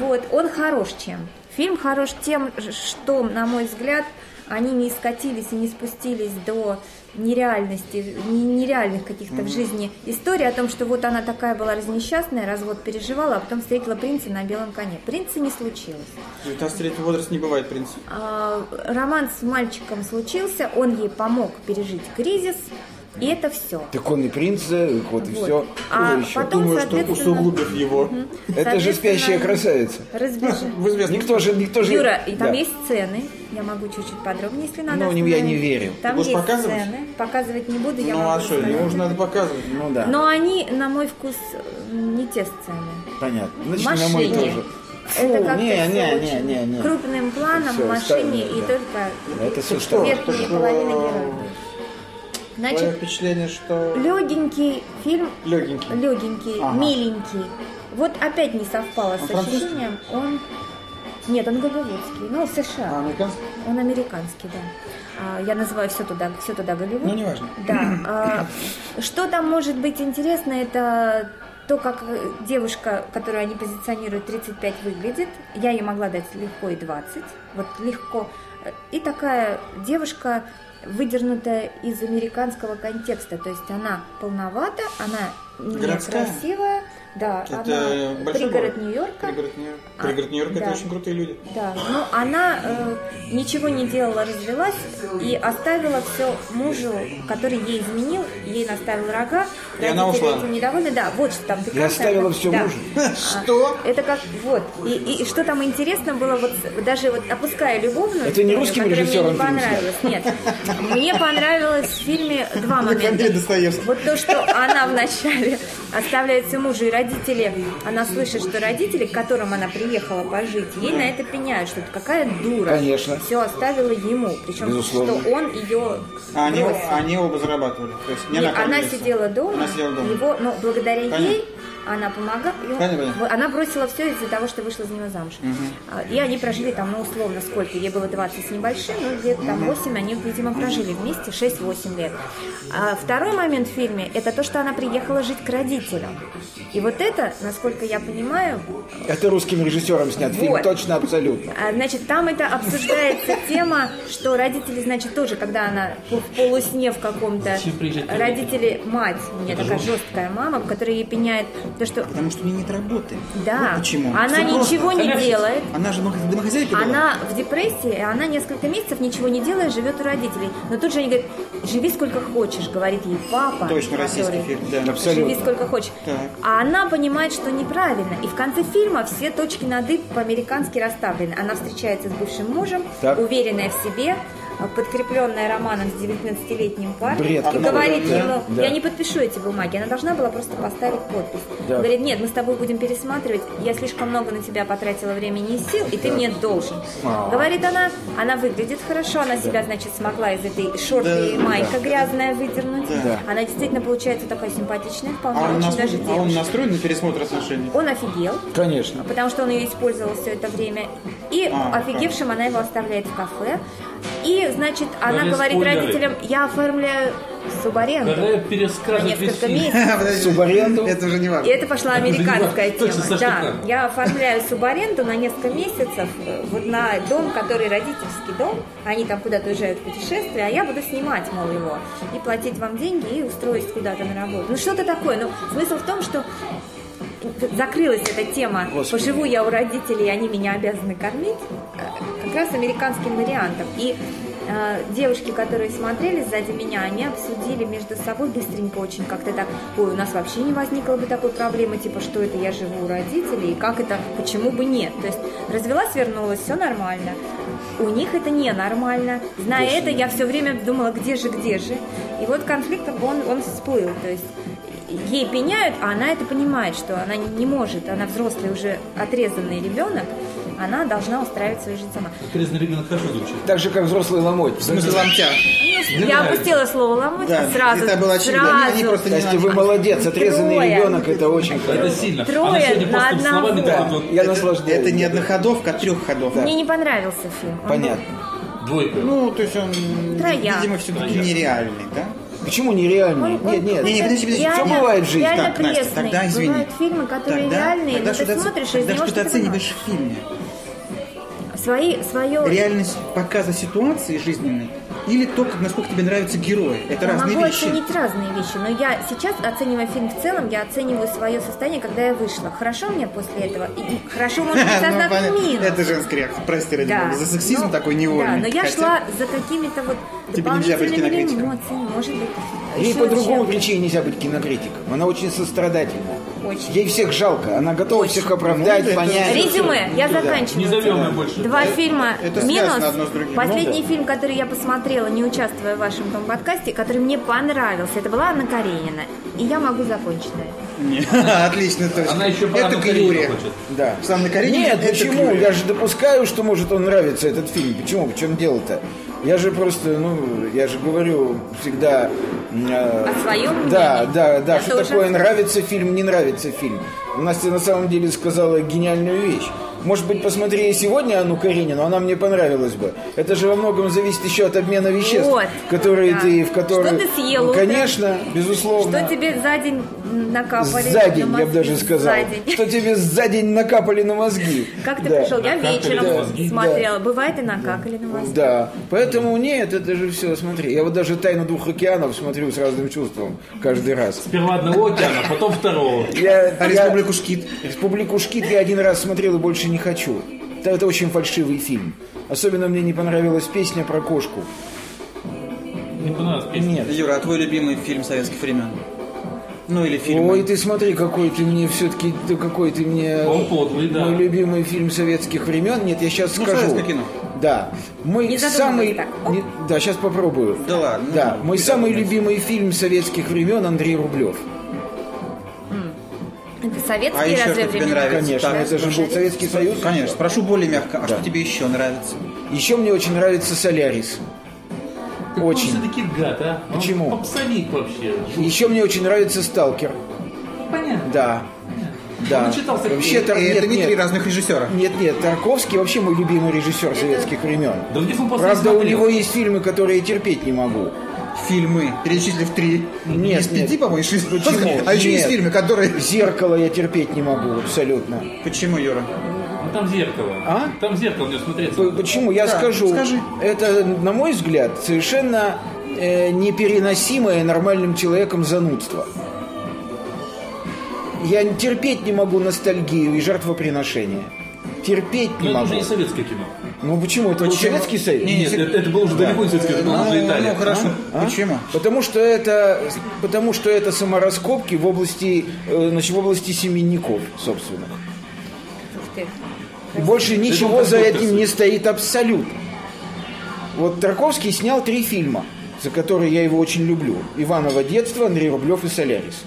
S2: Вот, он хорош чем. Фильм хорош тем, ж- что, на мой взгляд, они не скатились и не спустились до нереальности, не- нереальных каких-то в жизни историй о том, что вот она такая была разнесчастная, развод переживала, а потом встретила принца на белом коне. Принца не случилось.
S4: 19-летний возраст не бывает, в принципе.
S2: А, Роман с мальчиком случился, он ей помог пережить кризис, и это все.
S1: Так он и принц, э, вот и
S2: Вот.
S1: все.
S2: А
S1: Кто еще?
S2: потом-
S4: Думаю, что
S2: соответственно-
S4: усугубив его.
S1: Это же
S2: Соответственно,
S1: спящая красавица.
S2: Разбежи.
S4: В известном
S1: Никто же, никто же.
S2: Юра, и там
S1: Да.
S2: есть сцены. Я могу чуть-чуть подробнее, если надо.
S1: Ну, не- я не
S2: остановить.
S1: верю.
S2: Там
S4: будешь
S2: есть
S4: показывать?
S2: сцены. Показывать не буду, я
S4: Ну
S2: могу
S4: а что,
S2: рассказать.
S4: ему же надо показывать.
S1: Ну да.
S2: Но они, на мой вкус, э, не те сцены.
S1: Понятно.
S2: В
S1: Значит, на мой
S2: машине.
S1: тоже. Фу,
S2: Это как-то
S1: не,
S2: всё
S1: не,
S2: очень
S1: не, не, не.
S2: крупным планом
S1: Всё,
S2: в машине
S1: оставим,
S2: и
S1: да.
S2: только
S1: Это все
S4: Что,
S1: что?
S2: верхняя
S4: так,
S2: половина
S4: э,
S2: героя.
S4: Твое
S2: Значит,
S4: впечатление, что...
S2: легенький фильм
S4: Легенький.
S2: легенький,
S4: Ага.
S2: миленький. Вот опять не совпало
S1: А
S4: Он
S2: с
S4: французский?
S2: ощущением. Он нет, он голливудский, ну
S4: А,
S2: США,
S4: американский?
S2: он американский, да. А, Я называю все туда, все туда Голливуд.
S4: Ну, неважно.
S2: Да. А, Что там может быть интересно, это то, как э, девушка, которую они позиционируют 35, выглядит. Я ей могла дать легко и 20. Вот легко. Э, И такая девушка, выдернутая из американского контекста. То есть она полновата, она
S4: Городская?
S2: некрасивая. Да,
S4: Это
S2: она
S4: э, большой
S2: пригород
S4: город?
S2: Нью-Йорка.
S4: Пригород Нью-Йорк.
S2: А,
S4: Пригород Нью-Йорк это
S2: да.
S4: очень крутые люди.
S2: Да, ну она э, ничего не делала, развелась и оставила все мужу, который ей изменил, ей наставил рога.
S4: И она
S2: Родители
S4: ушла.
S2: этим недовольны, да, вот что там прекрасно.
S1: Я оставила все
S2: Да.
S1: мужу.
S4: Что?
S2: Это как, вот, и, и- и что там интересно было, вот с- даже вот опуская любовную
S1: Это не
S2: историю,
S1: русским
S2: которая мне
S1: режиссером
S2: не
S1: фильм
S2: понравилась, нет. Мне понравилось в фильме два
S4: Фамилия
S2: момента.
S4: Достоевский.
S2: Вот то, что она вначале оставляется мужу и родители, она слышит, что родители, к которым она приехала пожить, ей на это пеняют, что это какая дура.
S1: Конечно.
S2: Все оставила ему, причем
S1: Безусловно.
S2: что он ее
S4: А они,
S2: бросил.
S4: они оба зарабатывали. То есть не
S2: Нет,
S4: она
S2: она
S4: кормилась.
S2: сидела дома,
S4: Она сидела дома.
S2: его, но благодаря
S4: Понятно.
S2: ей она помогала, её-
S4: Понятно, понятно.
S2: вот она бросила все из-за того, что вышла за него замуж. А, И они прожили там, ну, условно, сколько, ей было 20 с небольшим, ну, где-то там 8, они, видимо, прожили вместе 6-8 лет. А второй момент в фильме, это то, что она приехала жить к родителям. И вот это, насколько я понимаю,
S1: Это русским режиссером снят фильм,
S2: Вот.
S1: точно, абсолютно.
S2: а, Значит, там это обсуждается тема, что родители, значит, тоже, когда она в полусне в каком-то,
S3: Зачем приезжать?
S2: родители, мать, у меня такая жесткая мама, которая ей пеняет то, что
S4: Потому что у нее нет работы.
S2: да,
S4: Вот Ну, почему.
S2: она
S4: Всё просто.
S2: ничего не делает,
S4: Она же домох- домохозяйка была.
S2: она в депрессии, и она несколько месяцев ничего не делает, живет у родителей. Но тут же они говорят, живи сколько хочешь, говорит ей папа.
S4: Точно, российский
S2: который-
S4: фильм. Да.
S1: Абсолютно.
S2: Живи сколько хочешь.
S4: Так.
S2: А она понимает, что неправильно. И в конце фильма все точки над «и» по-американски расставлены. Она встречается с бывшим мужем,
S1: Так.
S2: уверенная в себе, подкрепленная романом с 19-летним парнем.
S1: Бред
S2: и
S1: какой-то,
S2: говорит
S1: да?
S2: ему,
S1: Да.
S2: я не подпишу эти бумаги. Она должна была просто поставить подпись.
S1: Да.
S2: Говорит, нет, мы с тобой будем пересматривать. Я слишком много на тебя потратила времени и сил, и ты мне должен.
S4: А.
S2: Говорит она, она выглядит хорошо, она себя, значит, смогла из этой шорты
S4: Да,
S2: и майка грязная выдернуть.
S4: Да.
S2: Она действительно получается такая симпатичная, вполне
S4: А он,
S2: очень
S4: нас-
S2: даже
S4: а он
S2: девушка.
S4: настроен на пересмотр отношений?
S2: Он офигел,
S1: Конечно.
S2: потому что он ее использовал все это время. И
S4: А,
S2: офигевшим она его оставляет в кафе. И, значит, она
S3: Давай
S2: говорит
S3: спойлеры.
S2: родителям, я оформляю
S3: Когда
S2: субаренду
S3: я
S2: на
S3: перескажу весь
S2: несколько
S3: фильм,
S2: месяцев.
S1: Субаренду.
S4: А, Это уже не
S2: И
S4: важно.
S2: это пошла американская
S3: Точно,
S2: тема. Да,
S3: совершенно.
S2: я оформляю субаренду на несколько месяцев э, вот на дом, который родительский дом. Они там куда-то уезжают в путешествие, а я буду снимать, мол, его. И платить вам деньги, и устроить куда-то на работу. Ну, что-то такое. Но смысл в том, что закрылась эта тема.
S1: Господи.
S2: Поживу я у родителей, они меня обязаны кормить. э, Как раз американским вариантом. И э, девушки, которые смотрели сзади меня, они обсудили между собой быстренько очень как-то так, ой, у нас вообще не возникло бы такой проблемы, типа, что это я живу у родителей, и как это, почему бы нет. То есть развелась, вернулась, все нормально. У них это не нормально. Зная это, я все время думала, где же, где же. И вот конфликт, он, он всплыл. То есть ей пеняют, а она это понимает, что она не не может, она взрослый уже отрезанный ребенок, она должна устраивать свою жизнь сама.
S3: «Отрезанный ребенок» хорошо звучит.
S1: Так же, как взрослый ломоть.
S4: В смысле ломтя.
S3: Не
S2: Ну, Я
S3: нравится.
S2: опустила слово ломоть
S4: Да,
S2: сразу.
S4: это было очевидно. Ну, они
S2: сразу.
S4: просто не
S1: Кстати, вы
S4: знали.
S1: молодец, отрезанный
S2: Трое.
S1: ребенок это очень
S3: Это
S1: хорошо.
S3: сильно.
S2: Трое
S3: Она сегодня
S2: на
S3: просто
S2: одного.
S3: словами так вот,
S1: Я наслаждаюсь.
S4: Это не одноходовка, а трехходовка.
S2: Мне не понравился фильм. Он
S1: Понятно.
S3: вот двойка.
S4: Ну, то есть он,
S2: Трояк.
S4: видимо, все-таки
S3: Трояк.
S4: нереальный, да?
S1: Почему нереальный?
S2: Он- он-
S1: Нет,
S4: Не,
S1: нет.
S4: не, подожди, подожди.
S2: реально-
S4: всё
S1: бывает в жизни.
S2: Реально
S4: Так, Настя,
S2: пресный.
S4: тогда извини.
S2: Бывают фильмы, которые
S4: Тогда-
S2: реальные,
S4: тогда
S2: но ты
S4: что-то-
S2: смотришь, и из
S4: тогда что
S2: него
S4: ты
S2: что-то
S4: оцениваешь в фильме?
S2: понимаешь. Свои, свое...
S4: Реальность показа ситуации жизненной или то, как, насколько тебе нравятся герои? Это
S2: Я
S4: разные
S2: Ну, могу
S4: вещи.
S2: оценить разные вещи, но я сейчас, оценивая фильм в целом, я оцениваю свое состояние, когда я вышла. Хорошо мне после этого? И- и хорошо, может быть,
S4: Ну,
S2: сознательно
S4: понятно.
S2: минус.
S4: Это женская реакция. Прости, ради бога. За сексизм
S2: но-
S4: такой невольный.
S2: Ну, Да, но я
S4: Хотя-
S2: шла за какими-то вот
S4: Тебе нельзя быть
S2: дополнительными
S4: кинокритиком.
S2: эмоциями, может быть.
S1: Ей
S2: еще
S1: по другому
S2: чем-то.
S1: причине нельзя быть кинокритиком. Она очень сострадательна.
S2: Очень.
S1: Ей всех жалко. Она готова всех оправдать,
S4: Ну, это-
S1: понять.
S2: Резюме, я заканчиваю.
S3: Не зовем ее больше.
S2: Два фильма
S4: это связано
S2: минус.
S4: одно с другим.
S2: Последний
S4: Ну да.
S2: фильм, который я посмотрела, не участвуя в вашем том подкасте, который мне понравился, это была Анна Каренина. И я могу закончить на этом.
S4: Не, Отлично, то есть.
S3: Она еще по
S4: Это
S3: Анну Каренину
S4: Кьюри.
S3: хочет.
S1: Да.
S4: Сам на Каренине
S1: Нет,
S4: это
S1: почему?
S4: клюет.
S1: Я же допускаю, что может он нравится этот фильм. Почему? В чем дело-то? Я же просто, ну, я же говорю всегда... э,
S2: О своем
S1: Да,
S2: мнении.
S1: да, да.
S2: Я
S1: что
S2: тоже.
S1: такое нравится фильм, не нравится фильм. Настя на самом деле сказала гениальную вещь. Может быть, посмотри я сегодня Анну Каренину, она мне понравилась бы. Это же во многом зависит еще от обмена веществ,
S2: Вот.
S1: которые
S2: Да.
S1: ты в которые...
S2: Что ты съела
S1: Ну, Конечно, безусловно.
S2: Что тебе за день накапали?
S1: За
S2: на
S1: день, я
S2: мозги?
S1: бы даже сказал.
S2: За день.
S1: Что тебе за день накапали на мозги.
S2: Как ты
S1: Да.
S2: пришел? Я
S3: Накакали
S2: вечером
S1: на мозги.
S2: смотрела. Бывает и накакали на мозги.
S1: Да, поэтому нет, это же все, смотри, я вот даже «Тайну двух океанов» смотрю с разным чувством каждый раз.
S3: Сперва одного океана, потом второго.
S1: Я,
S4: А
S1: я-
S4: Республику Шкит.
S1: «Республику Шкит» я один раз смотрел и больше не хочу. Да, Это очень фальшивый фильм. Особенно мне не понравилась песня про кошку.
S3: Не понравилась песня.
S1: Нет.
S4: Юра, а твой любимый фильм советских времен? Ну или фильм.
S1: Ой, ты смотри, какой ты мне все-таки, какой ты мне...
S3: Он подлый, да.
S1: Мой любимый фильм советских времен. Нет, я сейчас
S4: Ну,
S1: скажу.
S4: советское кино.
S1: Да. Мой
S2: Не задумываясь
S1: самый...
S2: так. Оп.
S1: не- Да, сейчас попробую.
S4: Да ладно.
S1: Да,
S4: Ну,
S1: мой
S4: не
S1: самый
S4: задумывайся.
S1: любимый фильм советских времен Андрей Рублев.
S2: Это
S4: А
S2: советские
S4: еще
S2: разве
S4: что тебе
S2: времена?
S4: нравится?
S1: Конечно,
S4: Так,
S1: это же был Советский Союз.
S4: Конечно, спрошу более мягко, а
S1: Да.
S4: что тебе еще нравится?
S1: Еще мне очень нравится «Солярис».
S3: Какой
S1: Очень.
S3: Он все-таки гад, а? Он
S1: Почему?
S3: попсовик вообще. Жуть.
S1: Еще мне очень нравится «Сталкер».
S3: Понятно.
S1: Да. Да.
S3: начитался
S1: Вообще,
S4: И
S1: Тар- нет,
S4: это не
S1: нет.
S4: три разных режиссера.
S1: Нет, нет, Тарковский вообще мой любимый режиссер советских времен.
S3: Других он просто не
S1: Правда, у
S3: смотрел.
S1: него есть фильмы, которые я терпеть не могу.
S4: Фильмы, перечислив три.
S1: Нет,
S4: Из пяти,
S1: нет.
S4: по-моему, из шести.
S1: Почему?
S4: А еще есть
S1: Нет.
S4: фильмы, которые...
S1: Зеркало я терпеть не могу абсолютно.
S4: Почему, Юра?
S3: Ну, там зеркало.
S1: А?
S3: Там зеркало не смотреться.
S1: П- Почему? Я
S4: Да,
S1: скажу.
S4: скажи.
S1: Это, на мой взгляд, совершенно э, непереносимое нормальным человеком занудство. Я н- терпеть не могу ностальгию и жертвоприношение. Терпеть
S3: Ну,
S1: не
S3: это
S1: могу.
S3: уже не советское кино.
S1: Ну почему? Это был
S4: Почему?
S1: Советский Союз.
S4: Не,
S3: Нет, это, это было уже далеко не советское кино, это уже Италия.
S4: ну, хорошо.
S1: А?
S4: Почему?
S1: Потому что это, потому что это самораскопки в области, э, значит, в области семенников собственных.
S2: Ух ты.
S1: Больше ничего
S3: был
S1: за
S3: Тарковский.
S1: этим не стоит абсолютно. Вот Тарковский снял три фильма, за которые я его очень люблю. «Иваново детство», «Андрей Рублев» и «Солярис».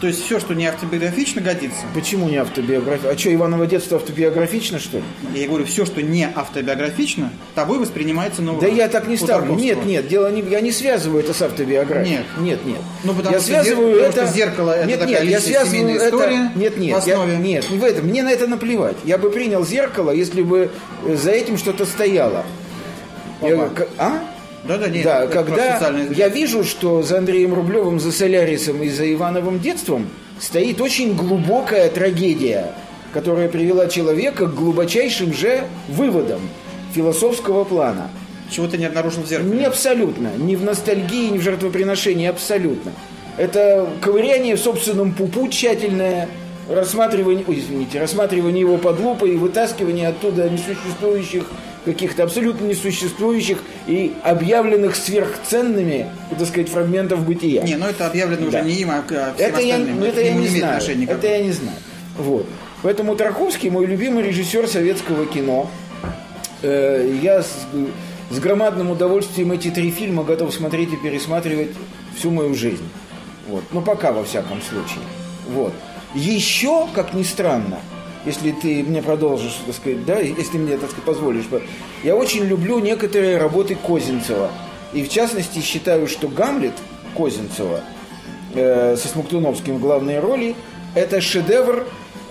S4: То есть все, что не автобиографично годится,
S1: Почему не автобиографично? А что, «Иваново детство» автобиографично, что ли?
S4: я говорю, все, что не автобиографично, тобой воспринимается на
S1: Да
S4: уровне.
S1: я так не
S4: Ну, У
S1: ставлю.
S4: Тарковского.
S1: Нет, нет, дело не, я не связываю это с автобиографией.
S4: Нет.
S1: нет, нет.
S4: Ну, потому
S1: я
S4: что
S1: связываю
S4: зер- потому
S1: это.
S4: что «Зеркало» это
S1: нет,
S4: такая
S1: нет, я
S4: личная
S1: связываю
S4: семейная
S1: это.
S4: история
S1: нет, нет,
S4: в
S1: я-
S4: основе.
S1: нет, не в этом. Мне на это наплевать. Я бы принял зеркало, если бы э, за этим что-то стояло. Я
S4: Баба.
S1: говорю, «К- а?
S4: Да-да, нет,
S1: да,
S4: это про
S1: когда
S4: социальное-
S1: я вижу, что за Андреем Рублевым, за Солярисом и за Ивановым детством стоит очень глубокая трагедия, которая привела человека к глубочайшим же выводам философского плана.
S4: Чего ты не обнаружил в зеркале?
S1: Не абсолютно, не в ностальгии, не в жертвоприношении, абсолютно. Это ковыряние в собственном пупу тщательное, рассматривание, ой, извините, рассматривание его под лупой и вытаскивание оттуда несуществующих, каких-то абсолютно несуществующих и объявленных сверхценными, так сказать, фрагментов бытия.
S4: Не, ну это объявлено
S1: Да.
S4: уже не им, а к а всем
S1: это я,
S4: остальным.
S1: ну, это
S4: к
S1: я
S4: нему
S1: не
S4: имеет
S1: знаю.
S4: отношения никакого.
S1: Это я не знаю. Вот. Поэтому Тарковский мой любимый режиссер советского кино. Э, Я с, с громадным удовольствием эти три фильма готов смотреть и пересматривать всю мою жизнь. Вот. Ну, пока, во всяком случае. Вот. Еще, как ни странно, если ты мне продолжишь, так сказать, да, если ты мне, так сказать, позволишь, бы, я очень люблю некоторые работы Козинцева. И, в частности, считаю, что «Гамлет» Козинцева э, со Смоктуновским в главной роли, это шедевр,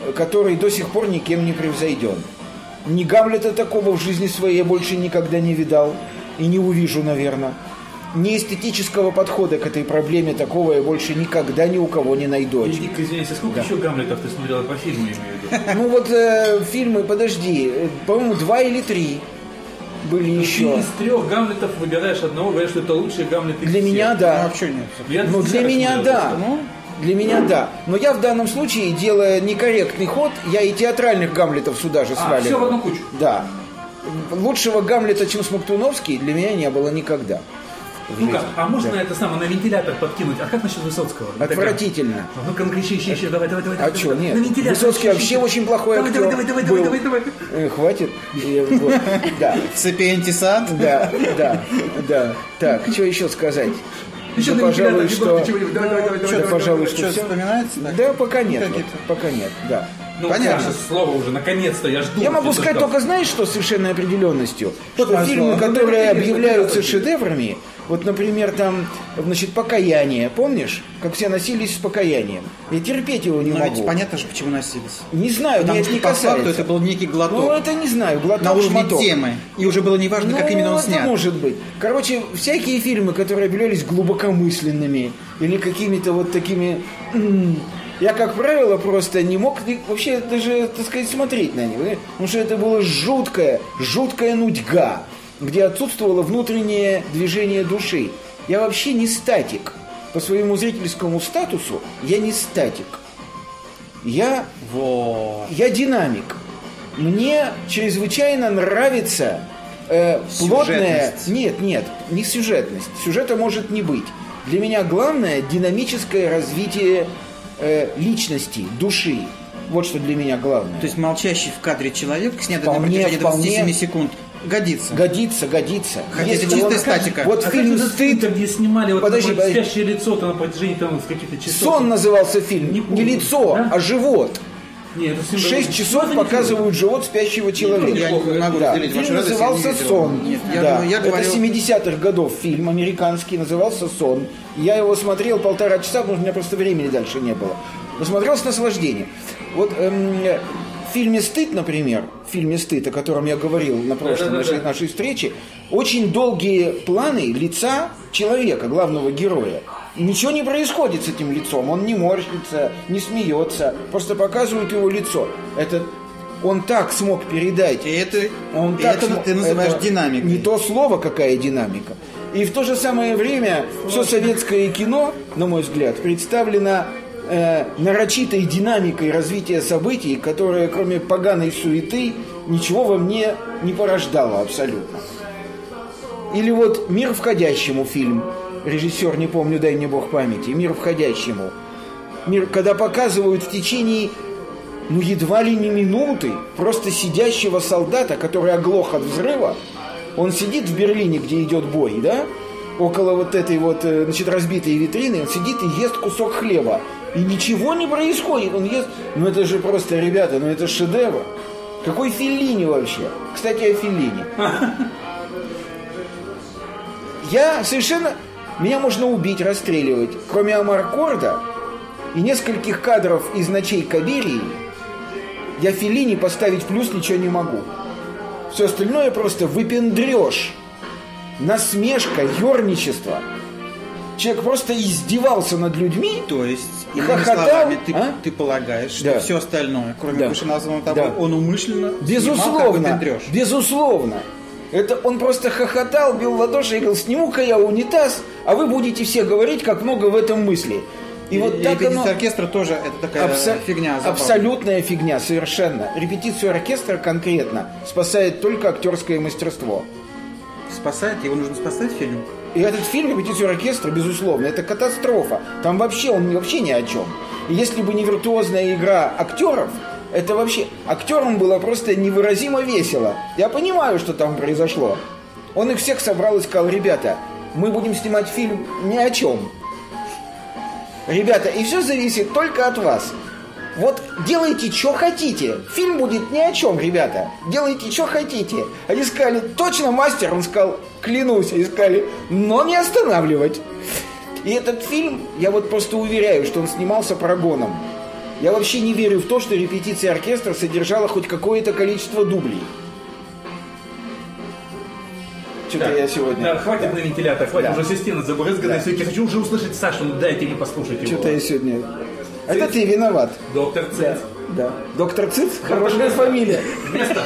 S1: э, который до сих пор никем не превзойден. Ни Гамлета такого в жизни своей я больше никогда не видал и не увижу, наверное. Ни эстетического подхода к этой проблеме такого я больше никогда ни у кого не найду.
S5: Дико извиняюсь, а сколько еще Гамлетов ты смотрела по фильму, я имею в виду?
S1: Ну вот э, фильмы, подожди, э, по-моему, два или три были
S5: Ты
S1: еще.
S5: из трех Гамлетов выбираешь одного, говоришь, что это лучший Гамлет из
S1: Для
S5: всех.
S1: меня,
S4: Ну,
S1: да.
S4: а почему нет?
S5: Я
S1: Ну, для
S5: Цезаря
S1: меня
S5: смотрел.
S1: да. Для меня да. Но я в данном случае, делая некорректный ход, я и театральных Гамлетов сюда же
S5: А,
S1: сваливаю.
S5: все в одну кучу.
S1: Да. Лучшего Гамлета, чем Смоктуновский, для меня не было никогда. в
S5: Ну как,
S1: жизни.
S5: а можно это самое на вентилятор подкинуть? А как насчет Высоцкого?
S1: Отвратительно.
S5: Ну, Ну-ка, ну-ка, еще, еще, еще, давай, давай, давай.
S1: А
S5: давай,
S1: что,
S5: давай.
S1: нет?
S5: На вентилятор еще,
S1: Высоцкий
S5: еще,
S1: вообще
S5: еще.
S1: очень плохой
S5: давай,
S1: актер.
S5: Давай, давай, давай,
S1: был.
S5: давай, давай, давай.
S1: Э, Хватит? Э, вот. Да,
S4: В цепи антисад?
S1: да, да, да. Так, что еще сказать?
S5: Еще
S1: Да,
S5: на
S1: пожалуй,
S5: вентилятор,
S1: что...
S5: Егор, чего-нибудь. Давай, давай, давай,
S1: Да,
S5: давай, давай.
S1: пожалуй, что
S4: Что,
S1: все.
S4: вспоминается? так?
S1: Да, пока нет.
S4: Какие-то.
S1: вот, Пока нет, да.
S5: Ну,
S4: Понятно.
S5: Саша, слово уже, наконец-то, я жду.
S1: Я могу
S5: Не
S1: сказать
S5: дождался.
S1: только, знаешь, что с совершенной определенностью?
S5: Что
S1: Что
S5: там
S1: фильмы,
S5: слово? Ну,
S1: которые
S5: например,
S1: объявляются
S5: например,
S1: шедеврами, вот, например, там, значит, «Покаяние», помнишь? Как все носились с «Покаянием». Я терпеть его не
S5: Ну,
S4: Но Ну, ведь
S1: могу.
S4: понятно же, почему носились.
S1: Не знаю, меня
S4: Потому
S1: это
S4: что
S1: не
S4: по факту это
S1: касается.
S4: был некий
S1: Ну,
S4: глоток
S1: это не знаю, глоток,
S4: на уровне
S1: шматок.
S4: темы. И уже было неважно,
S1: Ну,
S4: как именно он
S1: это
S4: снят.
S1: может быть. Короче, всякие фильмы, которые объявлялись глубокомысленными или какими-то вот такими... м, Я, как правило, просто не мог ни- вообще даже, так сказать, смотреть на них. понимаешь? Потому что это было жуткая, жуткая нудьга, где отсутствовало внутреннее движение души. Я вообще не статик. По своему зрительскому статусу я не статик. Я
S4: Вот.
S1: я динамик. Мне чрезвычайно нравится э, плотная...
S4: Сюжетность.
S1: Нет, нет, не сюжетность. Сюжета может не быть. Для меня главное динамическое развитие э, личности, души. Вот что для меня главное.
S4: То есть молчащий в кадре человек, снятый
S1: Вполне,
S4: на протяжении
S1: вполне.
S4: 27 секунд, годится.
S1: Годится, годится.
S4: Хотя это чистая статика.
S1: Вот
S5: А как
S1: фильм
S5: же
S1: «Стыд»
S5: «Стыд», где снимали вот
S1: Подожди,
S5: такое
S1: подожди.
S5: спящее лицо там на протяжении там с каких-то часов.
S1: Сон назывался фильм.
S5: Не
S1: Не,
S5: помню.
S1: лицо,
S5: Да?
S1: а живот.
S5: Не, это всем
S1: Шесть
S5: было.
S1: часов
S5: Ну, это не
S1: показывают живот спящего человека.
S4: Я не могу
S1: Да.
S4: разделить вашу
S1: Фильм
S4: радость, я
S1: назывался
S4: не видел.
S1: «Сон».
S4: Нет, я,
S1: Да.
S4: думаю, я говорил...
S1: Это 70-х годов фильм американский, назывался «Сон». Я его смотрел полтора часа, потому что у меня просто времени дальше не было. Но смотрел с наслаждением. Вот эм, э, в фильме «Стыд», например, в фильме «Стыд», о котором я говорил на прошлой
S5: Да-да-да.
S1: нашей, нашей встрече, очень долгие планы лица человека, главного героя. Ничего не происходит с этим лицом. Он не морщится, не смеется. Просто показывают его лицо. Это он так смог передать
S4: И это,
S1: он
S4: и
S1: так
S4: это
S1: смо-
S4: ты называешь
S1: это
S4: динамикой.
S1: Не то слово, какая динамика. И в то же самое время все советское кино, на мой взгляд, представлено э, нарочитой динамикой развития событий, которая, кроме поганой суеты, ничего во мне не порождала абсолютно. Или вот «Мир входящему» фильм. Режиссер, не помню, дай мне бог памяти. «Мир входящему». Мир, когда показывают в течение, ну, едва ли не минуты, просто сидящего солдата, который оглох от взрыва. Он сидит в Берлине, где идет бой, да? Около вот этой вот, э, значит, разбитой витрины. Он сидит и ест кусок хлеба. И ничего не происходит. Он ест... Ну, это же просто, ребята, ну, это шедевр. Какой Феллини вообще? Кстати, о Феллини. Я совершенно... Меня можно убить, расстреливать. Кроме Амаркорда и нескольких кадров из «Ночей Каберии», я Филини поставить плюс ничего не могу. Все остальное просто выпендрешь. насмешка, ерничество. Человек просто издевался над людьми.
S4: То есть,
S1: И
S4: иными
S1: хохотал,
S4: словами, ты,
S1: а?
S4: ты полагаешь, что
S1: Да.
S4: все остальное, кроме
S1: Да.
S4: вышеназванного тобой,
S1: Да.
S4: он умышленно снимал, как
S1: Безусловно,
S4: выпендрёж?
S1: безусловно. Это он просто хохотал, бил в ладоши и говорил, сниму-ка я унитаз, а вы будете все говорить, как много в этом мысли. И, вот так
S4: репетиция
S1: оно...
S4: оркестра тоже это такая
S1: Абсо-
S4: фигня. забавная.
S1: Абсолютная фигня, совершенно. Репетицию оркестра конкретно спасает только актерское мастерство.
S4: Спасать? Его нужно спасать фильм?
S1: И этот фильм «Репетицию оркестра», безусловно, это катастрофа. Там вообще он вообще ни о чем. И если бы не виртуозная игра актеров, это вообще... Актерам было просто невыразимо весело. Я понимаю, что там произошло. Он их всех собрал и сказал, ребята, мы будем снимать фильм ни о чем. Ребята, и все зависит только от вас. Вот делайте, что хотите. Фильм будет ни о чем, ребята. Делайте, что хотите. Они сказали, точно мастер, он сказал, клянусь, и сказали, но не останавливать. И этот фильм, я вот просто уверяю, что он снимался прогоном. Я вообще не верю в то, что репетиция оркестра содержала хоть какое-то количество дублей. Что-то
S5: Так,
S1: я сегодня...
S5: Да, хватит на вентилятор, хватит,
S1: Да.
S5: уже система забрызгана.
S1: Да.
S5: Я все-таки хочу уже услышать Сашу, ну дайте мне послушать его.
S1: Что-то я сегодня... А Это ты виноват.
S5: Доктор Ц.
S1: Да. Доктор Циц? Хорошая фамилия.
S5: Место.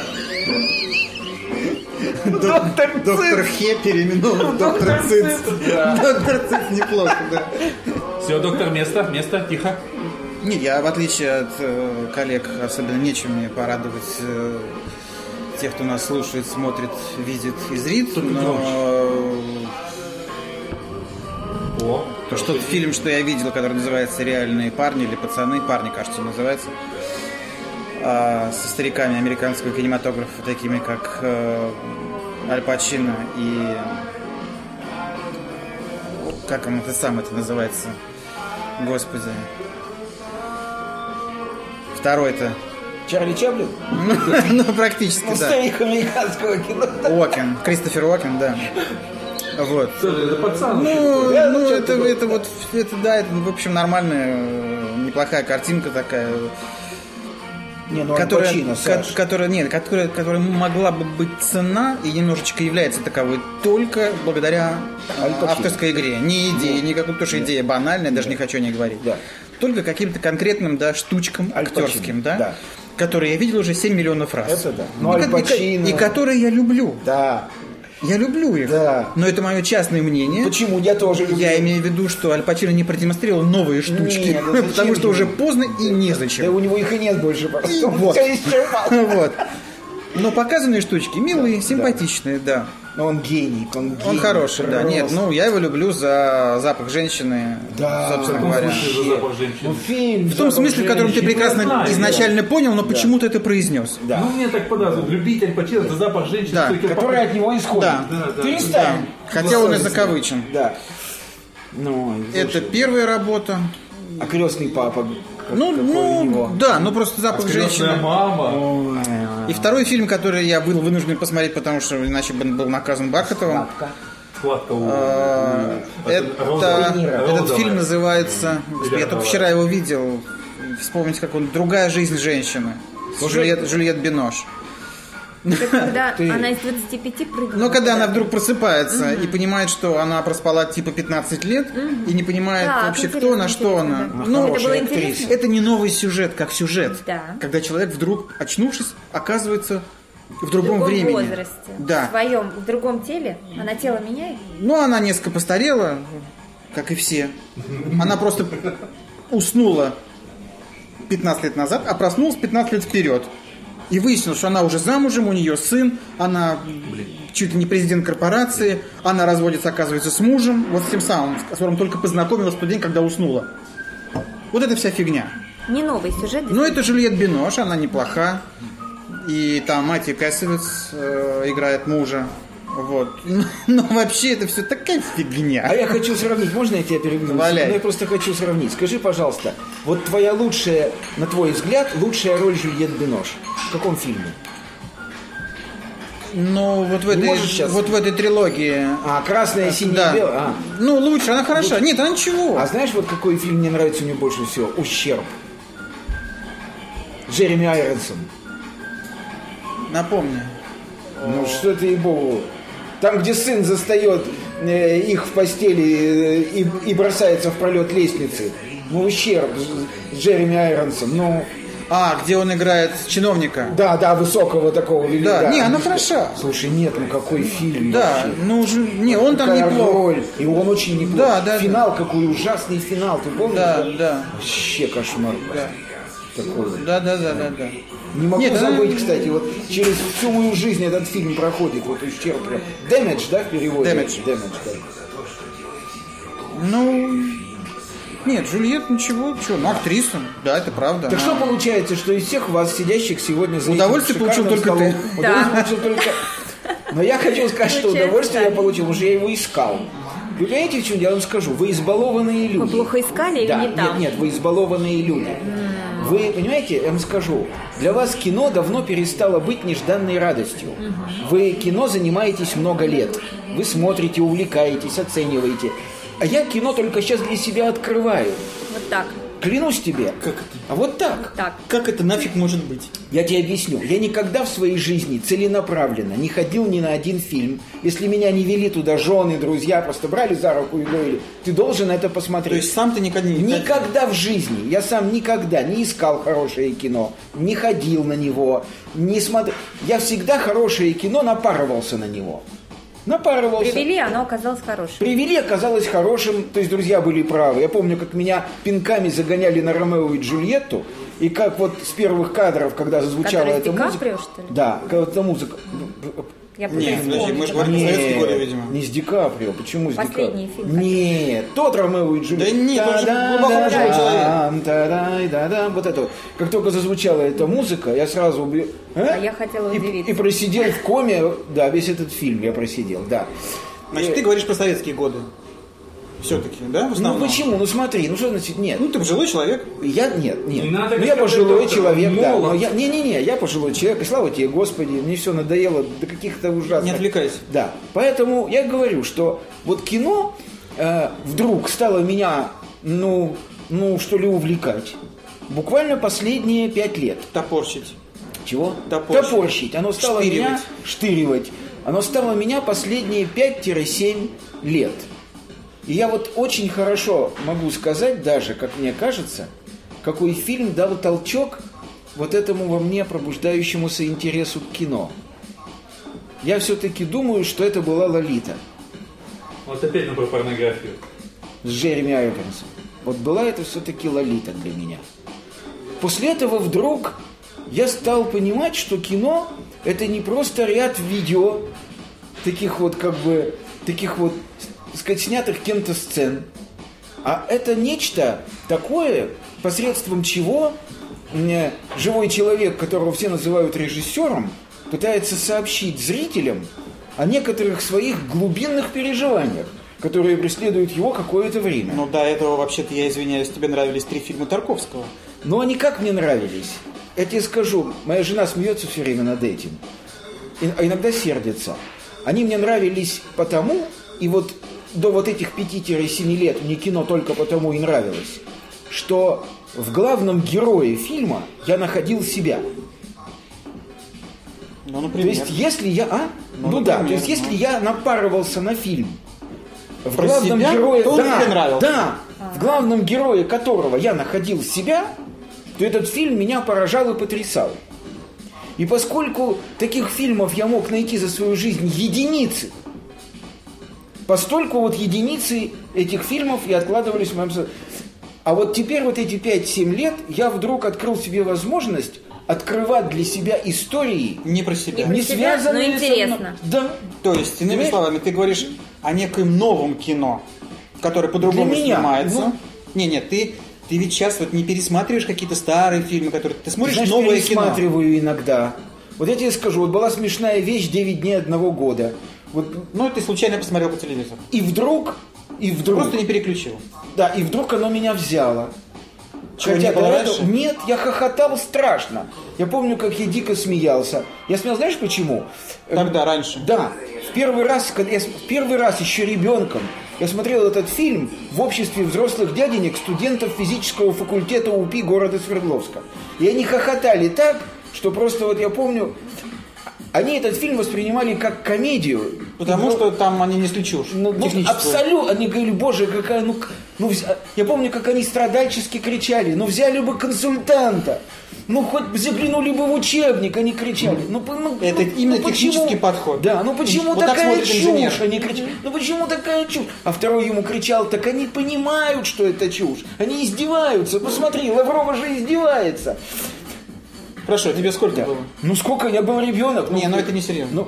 S1: Доктор
S4: Доктор
S1: Циц.
S4: Хе переименован в доктор Циц. Доктор Циц неплохо, да.
S5: Все, доктор, место, место, тихо.
S4: Не, я в отличие от э, коллег, особенно нечем мне порадовать э, тех, кто нас слушает, смотрит, видит и зрит,
S5: Только
S4: но
S5: громче.
S4: э,
S5: О,
S4: то, что фильм, что я видел, который называется «Реальные парни» или «Пацаны», «Парни», кажется, он называется, а, со стариками американского кинематографа, такими как э, Аль Пачино и... Как он это сам это называется? Господи. Второй-то.
S1: Чарли Чаплин?
S4: Ну, практически,
S1: Ну,
S4: да.
S1: старик американского кино.
S4: Уокен. Кристофер Уокен, да. Вот.
S5: Слушай, это пацан.
S4: Ну,
S1: Да, ну,
S4: ну,
S1: чё
S4: это,
S1: такое?
S4: это вот, это да, это, в общем, нормальная, э, неплохая картинка такая,
S1: Не, ну
S4: которая,
S1: Аль Пачино,
S4: ко-
S1: Саш.
S4: которая, нет, которая, которая могла бы быть цена и немножечко является таковой только благодаря э,
S1: Аль Пачино.
S4: авторской игре. Не идее, никакой, потому что идея банальная, даже не хочу о ней говорить.
S1: Ну, Да.
S4: Только каким-то конкретным, да, штучкам
S1: Аль Пачино,
S4: актерским, да,
S1: да.
S4: которые я видел уже 7 миллионов раз.
S1: Это да.
S4: И
S1: Ну, Аль
S4: ко- и ко-
S1: Пачино.
S4: И, которые я люблю.
S1: Да.
S4: Я люблю их.
S1: Да.
S4: Но это мое частное мнение.
S1: Почему? Я тоже люблю.
S4: Я имею в виду, что Аль Пачино не продемонстрировал новые штучки,
S1: Не, ну зачем
S4: потому что
S1: ему?
S4: уже поздно и
S1: Да
S4: незачем.
S1: у него их и нет больше.
S4: И
S1: Просто. Он
S4: вот.
S1: все исчерпал.
S4: Вот. Но показанные штучки милые, симпатичные, да.
S1: Но он гений. Он, гений,
S4: Он хороший, да.
S1: просто.
S4: Нет, ну я его люблю за запах женщины,
S1: Да. ну,
S4: собственно
S1: В
S5: В
S4: говоря.
S5: смысле, за запах женщины?
S1: Ну, фильм.
S4: В том смысле, в котором ты прекрасно
S5: знаю,
S4: изначально понял, но почему-то это произнес.
S1: да.
S5: Ну, мне так подразу. Любитель почти за запах женщины.
S4: Да,
S5: всё-таки он
S1: Который от него исходит.
S4: Да.
S5: Да, да,
S1: Перестань.
S4: да. Хотя он и закавычен.
S1: Да. Ну, ой,
S4: Это
S1: слушай.
S4: первая работа.
S1: А крестный папа. как-
S4: Ну,
S1: какой у него?
S4: ну, да, ну просто запах
S5: Крестная
S4: женщины.
S1: Ну.
S5: мама.
S2: А.
S4: И второй фильм, который я был вынужден посмотреть, потому что иначе бы был наказан Бархатовым.
S5: Схватка у...
S1: А.
S4: Э,
S5: Розовая.
S4: это- Этот
S5: Розовая.
S4: фильм называется... Господи, Я только вчера его видел. Вспомните, как он... «Другая жизнь женщины». Жюльет, Жюльет Бинош.
S2: Когда она из 25 прыгнула.
S4: Но Ну, когда она вдруг просыпается и понимает, что она проспала типа 15 лет и не понимает
S2: Да,
S4: вообще,
S2: это
S4: кто она,
S2: интересно,
S4: что
S2: интересно,
S4: она.
S2: да.
S4: Ну,
S2: это было
S1: хорошая
S2: интересно.
S4: это не новый сюжет, как сюжет.
S2: Да.
S4: Когда человек вдруг, очнувшись, оказывается в
S2: В
S4: другом
S2: другом
S4: времени.
S2: возрасте. В
S4: Да.
S2: своем, в другом теле. Она тело меняет.
S4: Ну, она несколько постарела, как и все. Она просто уснула 15 лет назад, а проснулась 15 лет вперед. И выяснилось, что она уже замужем, у нее сын, она чуть ли не президент корпорации, она разводится, оказывается, с мужем, вот с тем самым, с которым только познакомилась в тот день, когда уснула. Вот это вся фигня.
S2: Не новый сюжет.
S4: Но Ну, это Жюльет Бинош, она неплоха. И там Мати Кэссовиц э, играет мужа. Вот. Но вообще это все такая
S1: А
S4: фигня.
S1: я хочу сравнить, можно я тебя перебью?
S4: Валяй.
S1: Ну, я просто хочу сравнить. Скажи, пожалуйста, вот твоя лучшая, на твой взгляд, лучшая роль Жюльет Бинош. В каком фильме?
S4: Но Ну, вот в этой,
S1: можешь сейчас?
S4: вот в этой трилогии...
S1: А, красная, синяя,
S4: да.
S1: белая. А.
S4: Ну, лучше, она хороша. Нет, она ничего.
S1: А знаешь, вот какой фильм мне нравится у нее больше всего? Ущерб. Джереми Айронсон.
S4: Напомню.
S1: Ну что ты и богу. Там, где сын застает э, их в постели э, и, и бросается в пролет лестницы. Ну, ущерб с- с Джереми Айронсом. Ну,
S4: А, где он играет чиновника.
S1: да, да, высокого такого. вели-
S4: Да, не, она
S1: ну,
S4: хороша.
S1: Слушай, нет, ну какой фильм
S4: Да,
S1: вообще.
S4: ну уже, не, он там
S1: Какая
S4: неплохо.
S1: роль. И он очень неплох.
S4: Да, да,
S1: финал какой ужасный финал, ты помнишь?
S4: Да, да,
S1: Вообще кошмар.
S4: да,
S1: Такой.
S4: да, да, да, да, да.
S1: Не могу
S4: Нет, она-
S1: забыть, кстати, вот через всю мою жизнь этот фильм проходит, вот ущерб прям. Damage, да, в переводе?
S4: Damage.
S1: да.
S4: Ну, нет, Джульет ничего, что, ну актриса, да, это правда.
S1: Так
S4: она-
S1: что получается, что из всех вас сидящих сегодня за этим
S4: Удовольствие получил
S1: шикарным
S4: только ты.
S1: столом-
S2: Да.
S1: удовольствие получил только... Но я хочу сказать, что
S2: Получается,
S1: удовольствие я
S2: да.
S1: получил, потому что я его искал. Вы понимаете, в чем я вам скажу? Вы избалованные люди.
S2: Вы плохо искали или
S1: Да,
S2: не там?
S1: Нет, нет, вы избалованные люди. Вы понимаете, я вам скажу, для вас кино давно перестало быть нежданной радостью. Вы кино занимаетесь много лет. Вы смотрите, увлекаетесь, оцениваете. А я кино только сейчас для себя открываю.
S2: Вот так.
S1: Клянусь тебе. А вот так.
S2: Так.
S6: Как это нафиг может быть?
S1: Я тебе объясню. Я никогда в своей жизни целенаправленно не ходил ни на один фильм. Если меня не вели туда жены, друзья, просто брали за руку и говорили, ты должен это посмотреть.
S6: То есть сам ты никогда не...
S1: Никогда в жизни, я сам никогда не искал хорошее кино, не ходил на него, не смотрел. Я всегда хорошее кино напарывался на него. Напарывался.
S2: Привели, оно оказалось хорошим.
S1: Привели, оказалось хорошим, то есть друзья были правы. Я помню, как меня пинками загоняли на Ромео и Джульетту, и как вот с первых кадров, когда зазвучала
S2: Который с
S1: эта
S2: Ди
S1: музыка...
S2: Каприо, что ли?
S1: Да, когда эта музыка...
S2: Я
S6: Нет,
S2: пытаюсь
S6: подожди, мы же
S2: вспомнить.
S6: говорим про советский годы,
S1: Нет,
S6: видимо.
S1: не с Ди Каприо, почему с Ди
S2: Последний
S1: Каприо?
S2: фильм,
S1: Нет, тот Ромео и Джульетта.
S6: Да нет, он же глубоко уважаемый человек.
S1: да Вот это вот. Как только зазвучала эта музыка, я сразу... убе- Э?
S2: А я хотела
S1: И-
S2: удивиться.
S1: И просидел в коме, да, весь этот фильм я просидел, да.
S6: Значит, ты говоришь про советские годы. Все-таки, да, в
S1: Ну
S6: основном?
S1: почему? Ну смотри, ну что значит нет?
S6: Ну, ты пожилой человек.
S1: Я нет, нет.
S5: Не надо
S1: ну,
S5: говорить,
S1: я
S5: что
S1: пожилой
S5: ты
S1: человек, да.
S5: молод.
S1: Но я, не, не, не, я пожилой человек. И слава тебе, Господи, мне все надоело до каких-то ужасных.
S6: Не отвлекайся.
S1: Да. Поэтому я говорю, что вот кино э, вдруг стало меня, ну, ну что ли, увлекать. Буквально последние пять лет.
S6: Топорщить.
S1: Чего?
S6: Топорщить.
S1: Оно стало
S6: Штыривать.
S1: меня штыривать. Оно стало меня последние 5-7 лет. И я вот очень хорошо могу сказать даже, как мне кажется, какой фильм дал толчок вот этому во мне пробуждающемуся интересу к кино. Я все-таки думаю, что это была «Лолита»
S5: Вот опять на про порнографию.
S1: с Джереми Айронсом. Вот была это все-таки «Лолита» для меня. После этого вдруг я стал понимать, что кино – это не просто ряд видео, таких вот как бы, таких вот, так сказать, снятых кем-то сцен, а это нечто такое, посредством чего м, живой человек, которого все называют режиссером, пытается сообщить зрителям о некоторых своих глубинных переживаниях, которые преследуют его какое-то время.
S6: Ну, до этого, вообще-то, я извиняюсь, тебе нравились три фильма Тарковского.
S1: Но Ну, они как мне нравились. Я тебе скажу, моя жена смеется все время над этим. И- а иногда сердится. Они мне нравились потому, и вот до вот этих 5-7 лет мне кино только потому и нравилось, что в главном герое фильма я находил себя.
S6: Ну,
S1: То
S6: например.
S1: есть, если я... А? Ну,
S6: Ну,
S1: да, то
S6: например,
S1: есть, если
S6: ну.
S1: я напарывался на фильм, в
S6: Про
S1: главном
S6: себя?
S1: герое...
S6: То он
S1: да,
S6: тебе нравился.
S1: да, в главном герое которого я находил себя, то этот фильм меня поражал и потрясал. И поскольку таких фильмов я мог найти за свою жизнь единицы, постольку вот единицы этих фильмов и откладывались в моем со- А вот теперь вот эти 5-7 лет я вдруг открыл себе возможность открывать для себя истории,
S6: Не про себя.
S2: Не
S1: не
S2: себя,
S1: связанные
S2: но
S1: со
S2: интересно.
S1: мной. Да.
S6: То есть, иными
S1: Понимаешь?
S6: словами, ты говоришь о некоем новом кино, которое по-другому
S1: Для меня.
S6: снимается.
S1: Ну.
S6: Не, нет, ты, ты ведь сейчас вот не пересматриваешь какие-то старые фильмы, которые ты смотришь
S1: Знаешь,
S6: новое кино.
S1: пересматриваю иногда. Вот я тебе скажу, вот была смешная вещь 9 дней одного года. Вот
S6: Ну, ты случайно посмотрел по телевизору.
S1: и вдруг, и вдруг,
S6: Просто не переключил.
S1: да, и вдруг оно меня взяло.
S6: Чего, не
S1: до
S6: было
S1: этого-
S6: раньше?
S1: Нет, я хохотал страшно. Я помню, как я дико смеялся. Я смеялся, знаешь почему? Эм,
S6: Тогда, раньше.
S1: Да, в первый раз, когда я с- в первый раз еще ребенком я смотрел этот фильм в обществе взрослых дяденек студентов физического факультета УПИ города Свердловска. И они хохотали так, что просто вот я помню, они этот фильм воспринимали как комедию,
S6: Потому
S1: Ну,
S6: что там они несли чушь.
S1: Ну, вот
S6: техническую.
S1: абсолютно. Они говорили, боже, какая, ну, к- ну, вз- я помню, как они страдальчески кричали, ну, взяли бы консультанта, ну, хоть бы заглянули бы в учебник, они кричали. Ну, по- ну,
S6: Это
S1: ну,
S6: именно
S1: ну, почему-
S6: технический подход.
S1: Да, ну, почему
S6: Вот так
S1: такая
S6: смотрит
S1: чушь?
S6: инженер.
S1: Они кричали, ну, почему такая чушь? А второй ему кричал, так они понимают, что это чушь. Они издеваются. Посмотри, Лаврова же издевается.
S6: Хорошо, тебе сколько было?
S1: Ну, сколько? Я был ребенок.
S6: Не, ну это не серьезно.
S1: Ну,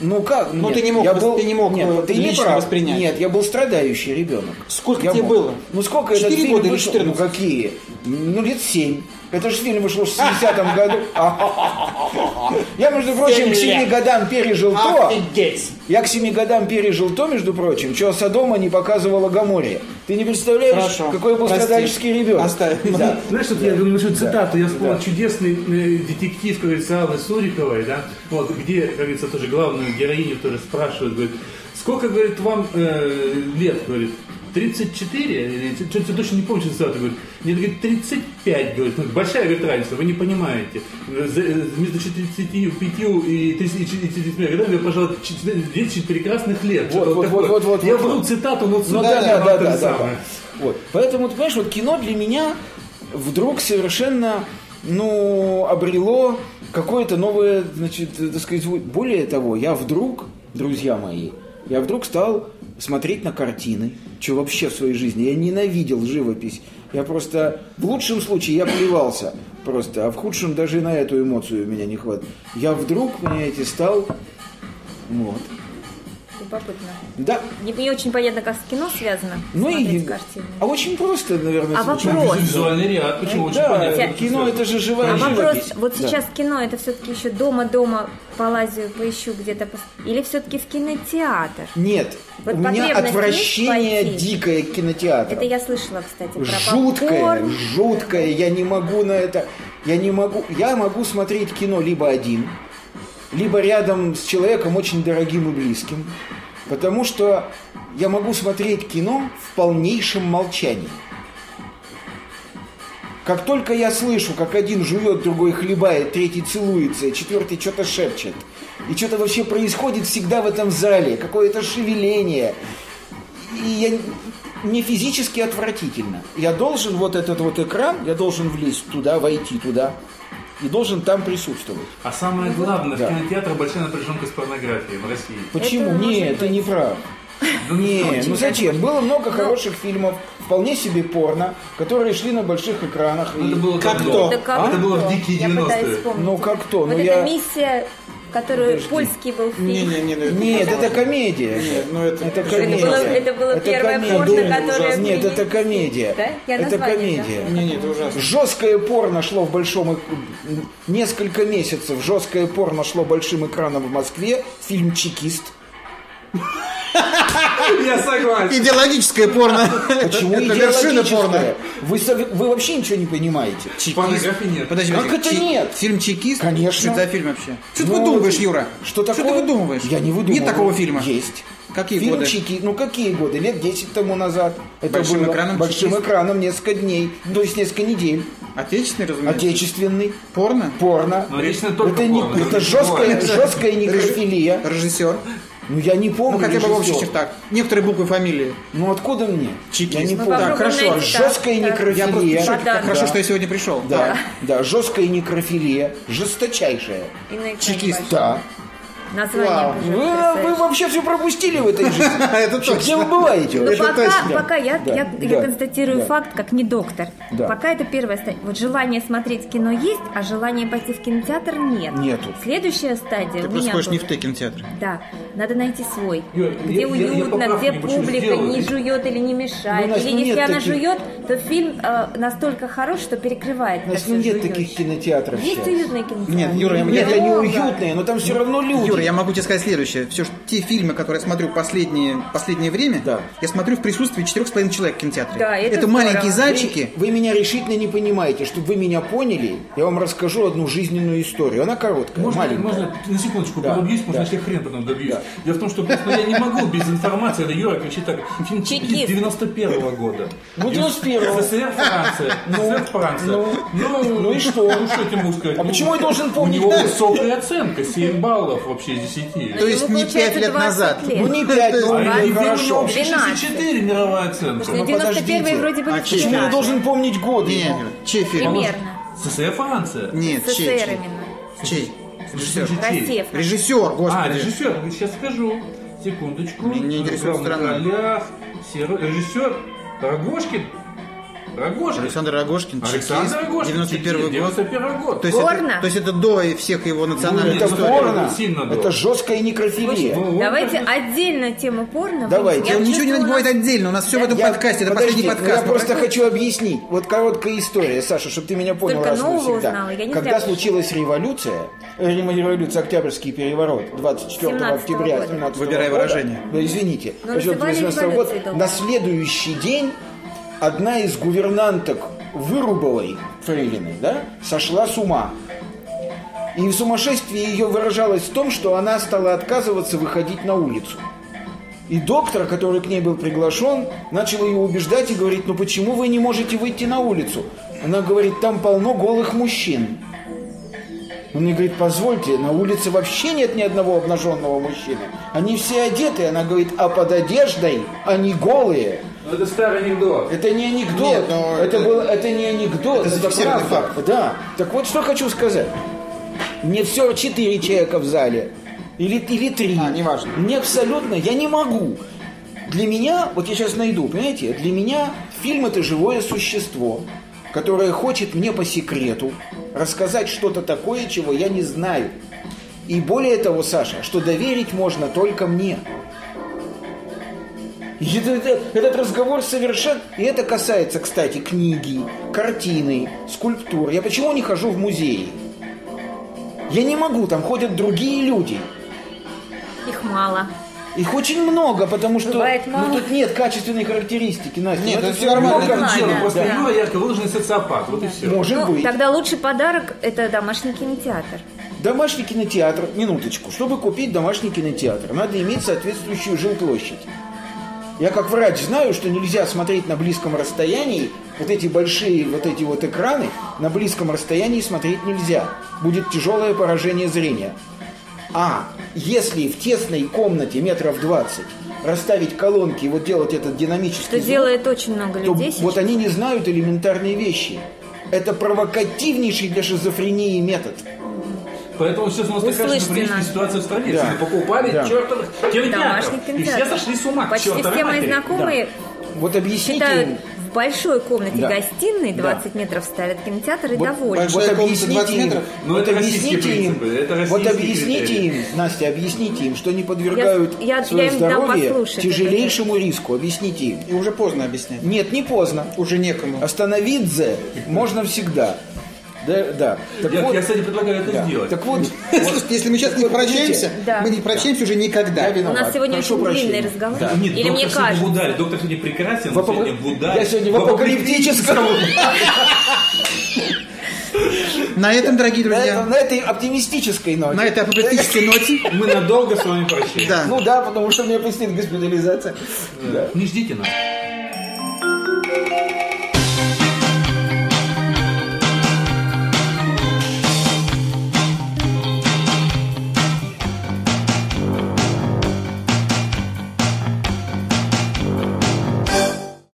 S1: ну как?
S6: Ну,
S1: Нет,
S6: ты не мог
S1: я
S6: вос- ты не мог, э,
S1: Нет, ты не
S6: лично
S1: прав.
S6: воспринять.
S1: Нет, я был страдающий ребенок.
S6: Сколько
S1: Я
S6: тебе
S1: мог.
S6: было?
S1: Ну сколько этот
S6: Четыре
S1: фильм
S6: года или
S1: вышел?
S6: 14?
S1: Ну какие? Ну лет семь. Это же фильм вышел в 60-м году. Я, между прочим, к семи годам пережил
S6: А?
S1: то.
S6: Офигеть!
S1: Я к семи годам пережил то, между прочим, что Содома не показывала Гаморе. Ты не представляешь,
S6: Хорошо.
S1: какой был
S6: Прости.
S1: страдальческий ребенок.
S6: Оставим.
S1: Да.
S3: Ну, Знаешь, вот я небольшую цитату, я вспомнил чудесный э, детектив, как говорится, Аллы Суриковой, да, вот, где, как говорится, тоже главную героиню тоже спрашивают, говорит, сколько, говорит, вам э, лет, говорит, 34, или чё- чё- чё- точно не помню цитату, говорит, нет, говорит, 35, говорит, «Ну, большая, говорит, разница, вы не понимаете, Э, за- э, между 35 и 34 годами, я пожалуй, 10 прекрасных лет.
S1: Вот,
S3: Что-то
S1: вот,
S3: такое.
S1: вот, вот,
S3: я
S1: вот,
S3: вру
S1: вот.
S3: цитату, но
S1: Ну
S3: цитата
S1: да, да,
S3: вам
S1: да,
S3: то же
S1: да, да,
S3: самое.
S1: да. Вот. Поэтому, ты понимаешь, вот кино для меня вдруг совершенно, ну, обрело какое-то новое, значит, э, так сказать, вот. более того, я вдруг, друзья мои, я вдруг стал смотреть на картины, что вообще в своей жизни. Я ненавидел живопись. Я просто, в лучшем случае, я плевался просто, а в худшем даже и на эту эмоцию у меня не хватит. Я вдруг, понимаете, стал, вот,
S2: Любопытно.
S1: да,
S2: Не, не очень понятно, как с кино связано.
S1: ну и,
S2: смотреть картины.
S1: а очень просто, наверное,
S2: А
S1: звучит.
S2: вопрос?
S5: Визуальный ряд, почему очень
S1: Ну Да,
S5: понятно.
S1: кино это же живая
S2: А
S1: живопись.
S2: вопрос, вот сейчас кино, это все-таки еще дома-дома полазию, поищу где-то, пос- или все-таки в кинотеатр?
S1: Нет,
S2: Вот
S1: у меня
S2: потребность
S1: отвращение
S2: есть пойти?
S1: дикое к кинотеатру.
S2: Это я слышала, кстати, про
S1: жуткое,
S2: попкорн.
S1: жуткое. Я не могу на это. Я не могу. Я могу смотреть кино либо один, либо рядом с человеком очень дорогим и близким, потому что я могу смотреть кино в полнейшем молчании. Как только я слышу, как один жует, другой хлебает, третий целуется, четвертый что-то шепчет, и что-то вообще происходит всегда в этом зале, какое-то шевеление, и я н- мне физически отвратительно. Я должен вот этот вот экран, я должен влезть туда, войти туда и должен там присутствовать.
S5: А самое главное,
S1: Да.
S5: в кинотеатрах большая напряженка с порнографией в России.
S1: Почему?
S2: может
S1: Нет, ты
S2: быть.
S1: не прав. Не, ну зачем? Было много хороших фильмов, вполне себе порно, которые шли на больших экранах. и-
S5: Ну, Это было
S6: Как
S5: давно.
S6: то?
S2: Да как
S5: А? Это было
S2: то?
S5: в дикие
S2: Я пытаюсь
S5: 90-е.
S2: вспомнить.
S1: Ну, как то?
S2: Вот
S1: Ну,
S2: эта
S1: я-
S2: миссия, которую польский был фильм.
S6: Не-не-не, ну это
S1: Нет, это
S6: невозможно.
S1: комедия.
S6: Нет, ну это-
S1: это
S6: это
S1: комедия.
S2: было- это было первое порно,
S1: Думаю,
S2: которое
S1: ужасно. Нет,
S2: принесли.
S1: это комедия.
S2: Да? Я
S1: это
S2: название
S1: комедия.
S2: забыла.
S6: Не, не, это ужасно.
S1: Жесткое порно шло в большом... эк- Несколько месяцев жесткое порно шло большим экраном в Москве. Фильм «Чекист».
S5: Я согласен.
S4: Идеологическое порно.
S1: Почему
S4: Это вершина порно.
S1: идеологическое? Вы, со- вы вообще ничего не понимаете.
S5: Порнографии нет.
S4: Подожди,
S1: Как
S4: подожди.
S1: это нет?
S6: Фильм «Чекист»?
S1: Конечно.
S6: Что это за фильм вообще? Что ты
S1: Ну,
S6: выдумываешь, Юра?
S1: Что такое?
S6: Что ты выдумываешь?
S1: Я не выдумываю.
S6: Нет такого фильма?
S1: Есть.
S6: Какие
S1: Фильм
S6: годы?
S1: «Чики». Ну какие годы? Лет 10 тому назад. Это
S6: Большим
S1: было.
S6: экраном
S1: Большим
S6: «Чекист».
S1: экраном несколько дней. То есть несколько недель.
S6: Отечественный, разумеется?
S1: Отечественный.
S6: Порно?
S1: Порно.
S5: Но лично только
S1: это не-
S5: порно,
S1: это
S5: только
S1: жесткая,
S5: порно.
S1: жесткая некрофилия.
S6: Режиссер?
S1: Ну я не
S6: Ну,
S1: помню.
S6: хотя бы в общих
S1: режиссера.
S6: чертах. Некоторые буквы фамилии.
S1: Ну откуда мне?
S6: Чекист.
S1: Я не
S6: Ну,
S1: помню.
S2: попробуем
S6: хорошо.
S2: найти, так,
S1: Жесткая
S2: так.
S1: некрофилия.
S6: Я просто в шоке,
S2: Да,
S6: как
S2: да.
S6: хорошо,
S1: Да.
S6: что я сегодня пришел.
S1: Да, да, жесткая некрофилия, жесточайшая.
S2: И на экране
S6: Чекист.
S2: ваше
S1: Да.
S2: Название
S1: Вы,
S2: уже
S1: вы
S2: потрясающе.
S1: вообще все пропустили в этой жизни.
S6: Это
S1: Вообще, Где вы
S6: точно.
S1: бываете?
S2: Ну,
S1: вообще?
S2: пока,
S1: точно.
S2: пока я,
S1: Да,
S2: я, я
S1: да,
S2: констатирую
S1: да.
S2: факт, как не доктор.
S1: Да.
S2: Пока это первая стадия. Вот желание смотреть кино есть, а желание пойти в кинотеатр нет.
S1: Нету.
S2: Следующая стадия
S6: Ты
S2: у
S6: просто
S2: меня
S6: ходишь не
S2: была.
S6: в те кинотеатры.
S2: Да, надо найти свой.
S5: Юль,
S2: где
S5: я- я- я
S2: уютно,
S5: поправку
S2: где
S5: небольшую
S2: публика
S5: сделаю.
S2: не жует или не мешает.
S1: Ну, Настя,
S2: или
S1: ну,
S2: если
S1: нет
S2: она
S1: таких-
S2: жует, то фильм э, настолько хорош, что перекрывает. это
S1: Значит, ну,
S2: всё
S1: нет
S2: жуёщее.
S1: таких кинотеатров
S2: Есть
S1: сейчас.
S2: уютные кинотеатры.
S6: Нет, Юра, я-
S1: Нет, они
S2: Много.
S1: уютные, но там все равно люди.
S6: Ну, Юра, я могу тебе сказать следующее. Все, что, те фильмы, которые я смотрю последние, последнее время,
S1: Да.
S6: я смотрю в присутствии четырех с половиной человек в кинотеатре.
S2: Да, это здорово.
S6: маленькие
S1: Вы-
S6: зайчики.
S1: Вы меня решительно не понимаете. Чтобы вы меня поняли, я вам расскажу одну жизненную историю. Она короткая,
S5: Можно,
S1: маленькая.
S5: можно на секундочку
S1: Да,
S5: побьюсь, потому
S1: да.
S5: что я хрен потом добьюсь. Дело в том, что просто я не могу без информации, это Юра кричит так, фильм
S2: Чекист.
S5: 91 года.
S1: Ну, 91-го.
S5: СССР, Франция. СССР, Франция.
S1: ну,
S5: ну,
S1: ну и что?
S5: Ну, что я тебе могу сказать?
S1: А
S5: Ну,
S1: почему я должен
S5: У
S1: помнить
S5: него
S1: даты?
S5: высокая оценка, 7 баллов из 10.
S4: То есть не
S2: Ну, получается,
S4: 5 лет
S2: 20
S4: назад.
S2: лет.
S1: Ну не 5,
S4: То
S1: ну
S5: А
S2: Ладно,
S5: и где у него
S1: хорошо.
S5: вообще
S2: 12.
S5: 64 мировая оценка?
S1: Ну,
S2: Что 91 Ну, вроде бы
S4: а
S2: не
S4: чё,
S1: Почему я
S2: считается.
S1: Ну, должен помнить годы?
S4: Нет,
S1: Ну,
S4: чей фильм?
S2: Примерно.
S5: СССР Франция.
S4: Нет,
S2: СССР
S4: чей? чей?
S2: именно.
S4: Чей? Режиссер.
S5: Слушайте,
S2: Россия.
S4: Режиссер,
S5: А,
S4: господи.
S5: режиссер, сейчас скажу. Секундочку.
S4: Мне не интересует
S5: В главных
S4: страна.
S5: ролях Серо- Режиссер Рогожкин. Рогожкин.
S4: Александр Рогожкин,
S5: Александр Рогожкин.
S4: 91 год.
S5: 91 год.
S4: То есть,
S2: Порно?
S4: это, то есть это до и всех его национальных
S5: Ну,
S1: Это
S5: история
S4: историй.
S1: порно.
S5: сильно
S1: Это
S5: долго.
S1: жесткая некрофилия.
S5: Вот
S2: Давайте
S5: как-то-
S2: отдельно тему порно.
S1: Давайте.
S2: Я
S4: Там ничего не
S2: чувствую,
S4: надо
S2: у нас-
S4: бывает отдельно. У нас все в этом
S1: Я-
S4: подкасте. Это
S1: подожди,
S4: последний
S1: ну
S4: подкаст.
S1: Я просто хочу объяснить. Вот короткая история, Саша, чтобы ты меня понял
S2: Только
S1: раз и
S2: нового
S1: навсегда.
S2: узнала, я не
S1: Когда
S2: зря-
S1: случилась революция, э, не революция, Октябрьский переворот 24
S2: 17-го
S1: октября
S2: года.
S1: 17
S4: Выбирай
S1: года,
S4: выражение.
S1: Да, извините.
S2: Но
S1: Причём
S2: называли
S1: 18-го года,
S2: революцией дома.
S1: на следующий день одна из гувернанток Вырубовой, Фрейлины, да, сошла с ума. И в сумасшествии ее выражалось в том, что она стала отказываться выходить на улицу. И доктор, который к ней был приглашен, начал ее убеждать и говорит, ну почему вы не можете выйти на улицу? Она говорит, там полно голых мужчин. Он Ну, мне говорит, позвольте, на улице вообще нет ни одного обнаженного мужчины. Они все одеты. Она говорит, а под одеждой они голые.
S5: Ну, Это старый анекдот.
S1: Это не анекдот.
S4: Нет, но
S1: это,
S4: это-
S1: был, это не анекдот.
S4: это зафиксированный
S1: правда.
S4: факт.
S1: Да. Так вот, что хочу сказать. Мне все четыре человека в зале. Или, или три.
S4: А, неважно.
S1: Мне абсолютно, я не могу. Для меня, вот я сейчас найду, понимаете, для меня фильм это живое существо, которое хочет мне по секрету рассказать что-то такое, чего я не знаю. И более того, Саша, что доверить можно только мне. И это- это- Этот разговор совершен... И это касается, кстати, книги, картины, скульптур. Я почему не хожу в музеи? Я не могу, там ходят другие люди.
S2: Их мало.
S1: Их очень много, потому что
S2: Бывает
S1: ну,
S2: мало.
S1: тут нет качественной характеристики, Настя.
S4: Нет,
S1: Ну,
S4: это
S1: всё
S4: нормально,
S1: много.
S5: Это
S2: ладно,
S5: дело, просто
S2: да.
S5: Юра ярко выложенный социопат, вот и все.
S1: Может
S2: ну,
S1: быть.
S2: тогда лучший подарок – это домашний кинотеатр.
S1: Домашний кинотеатр, минуточку, чтобы купить домашний кинотеатр, надо иметь соответствующую жилплощадь. Я как врач знаю, что нельзя смотреть на близком расстоянии, вот эти большие вот эти вот экраны, на близком расстоянии смотреть нельзя. Будет тяжелое поражение зрения. А если в тесной комнате метров 20 расставить колонки и вот делать этот динамический
S2: Что
S1: звук,
S2: делает очень много
S1: то
S2: людей сейчас.
S1: вот они не знают элементарные вещи. Это провокативнейший для шизофрении метод.
S5: Поэтому сейчас у нас такая
S2: Услышьте
S5: шизофреническая
S2: нас.
S5: ситуация в стране.
S1: Да.
S5: Все покупали
S1: Да.
S5: чертовых
S2: Домашний
S5: кинотеатров. И
S2: кинотеатр.
S5: все сошли с ума к
S2: Почти
S5: чертовой
S2: все мои
S5: матери.
S2: знакомые
S1: Вот объясните им.
S2: считают в большой комнате
S1: Да.
S2: гостиной
S1: Да.
S2: 20 метров ставят кинотеатр и
S4: большой-
S2: довольны.
S1: Вот
S4: Большая комната
S1: объясните
S4: 20
S1: им,
S4: метров?
S5: Ну,
S1: вот
S5: это российские
S1: объясните им,
S5: принципы, это
S1: вот
S5: российские
S1: объясните
S5: критерии.
S1: им, Настя, объясните им, что не подвергают
S2: Я- я-
S1: свое
S2: я им дам
S1: здоровье
S2: послушать
S1: тяжелейшему риску. Объясните им.
S4: И уже поздно объяснять.
S1: Нет, не поздно.
S4: Уже некому.
S1: Остановиться можно всегда. Да, да. Так
S5: Я,
S1: вот,
S5: я, кстати, предлагаю это
S1: да.
S5: сделать.
S1: Так вот,
S4: Если мы сейчас не прощаемся,
S2: Да.
S4: мы не прощаемся уже никогда.
S2: У нас сегодня
S1: Прошу
S2: очень
S1: прощения.
S2: длинный разговор.
S1: Да.
S5: Нет,
S2: Или
S5: доктор
S2: мне
S5: сегодня
S2: кажется.
S5: Будай. Доктор сегодня прекрасен,
S1: в
S5: но
S1: апо-
S5: сегодня Будай.
S1: я сегодня в апокалиптическом.
S4: На этом, дорогие
S1: На, этом-
S4: друзья,
S1: на этой оптимистической ноте.
S4: на этой апокалиптической ноте,
S5: Мы надолго с вами прощаемся.
S4: да.
S1: Ну да, потому что мне предстоит госпитализация. Да.
S5: Не ждите нас.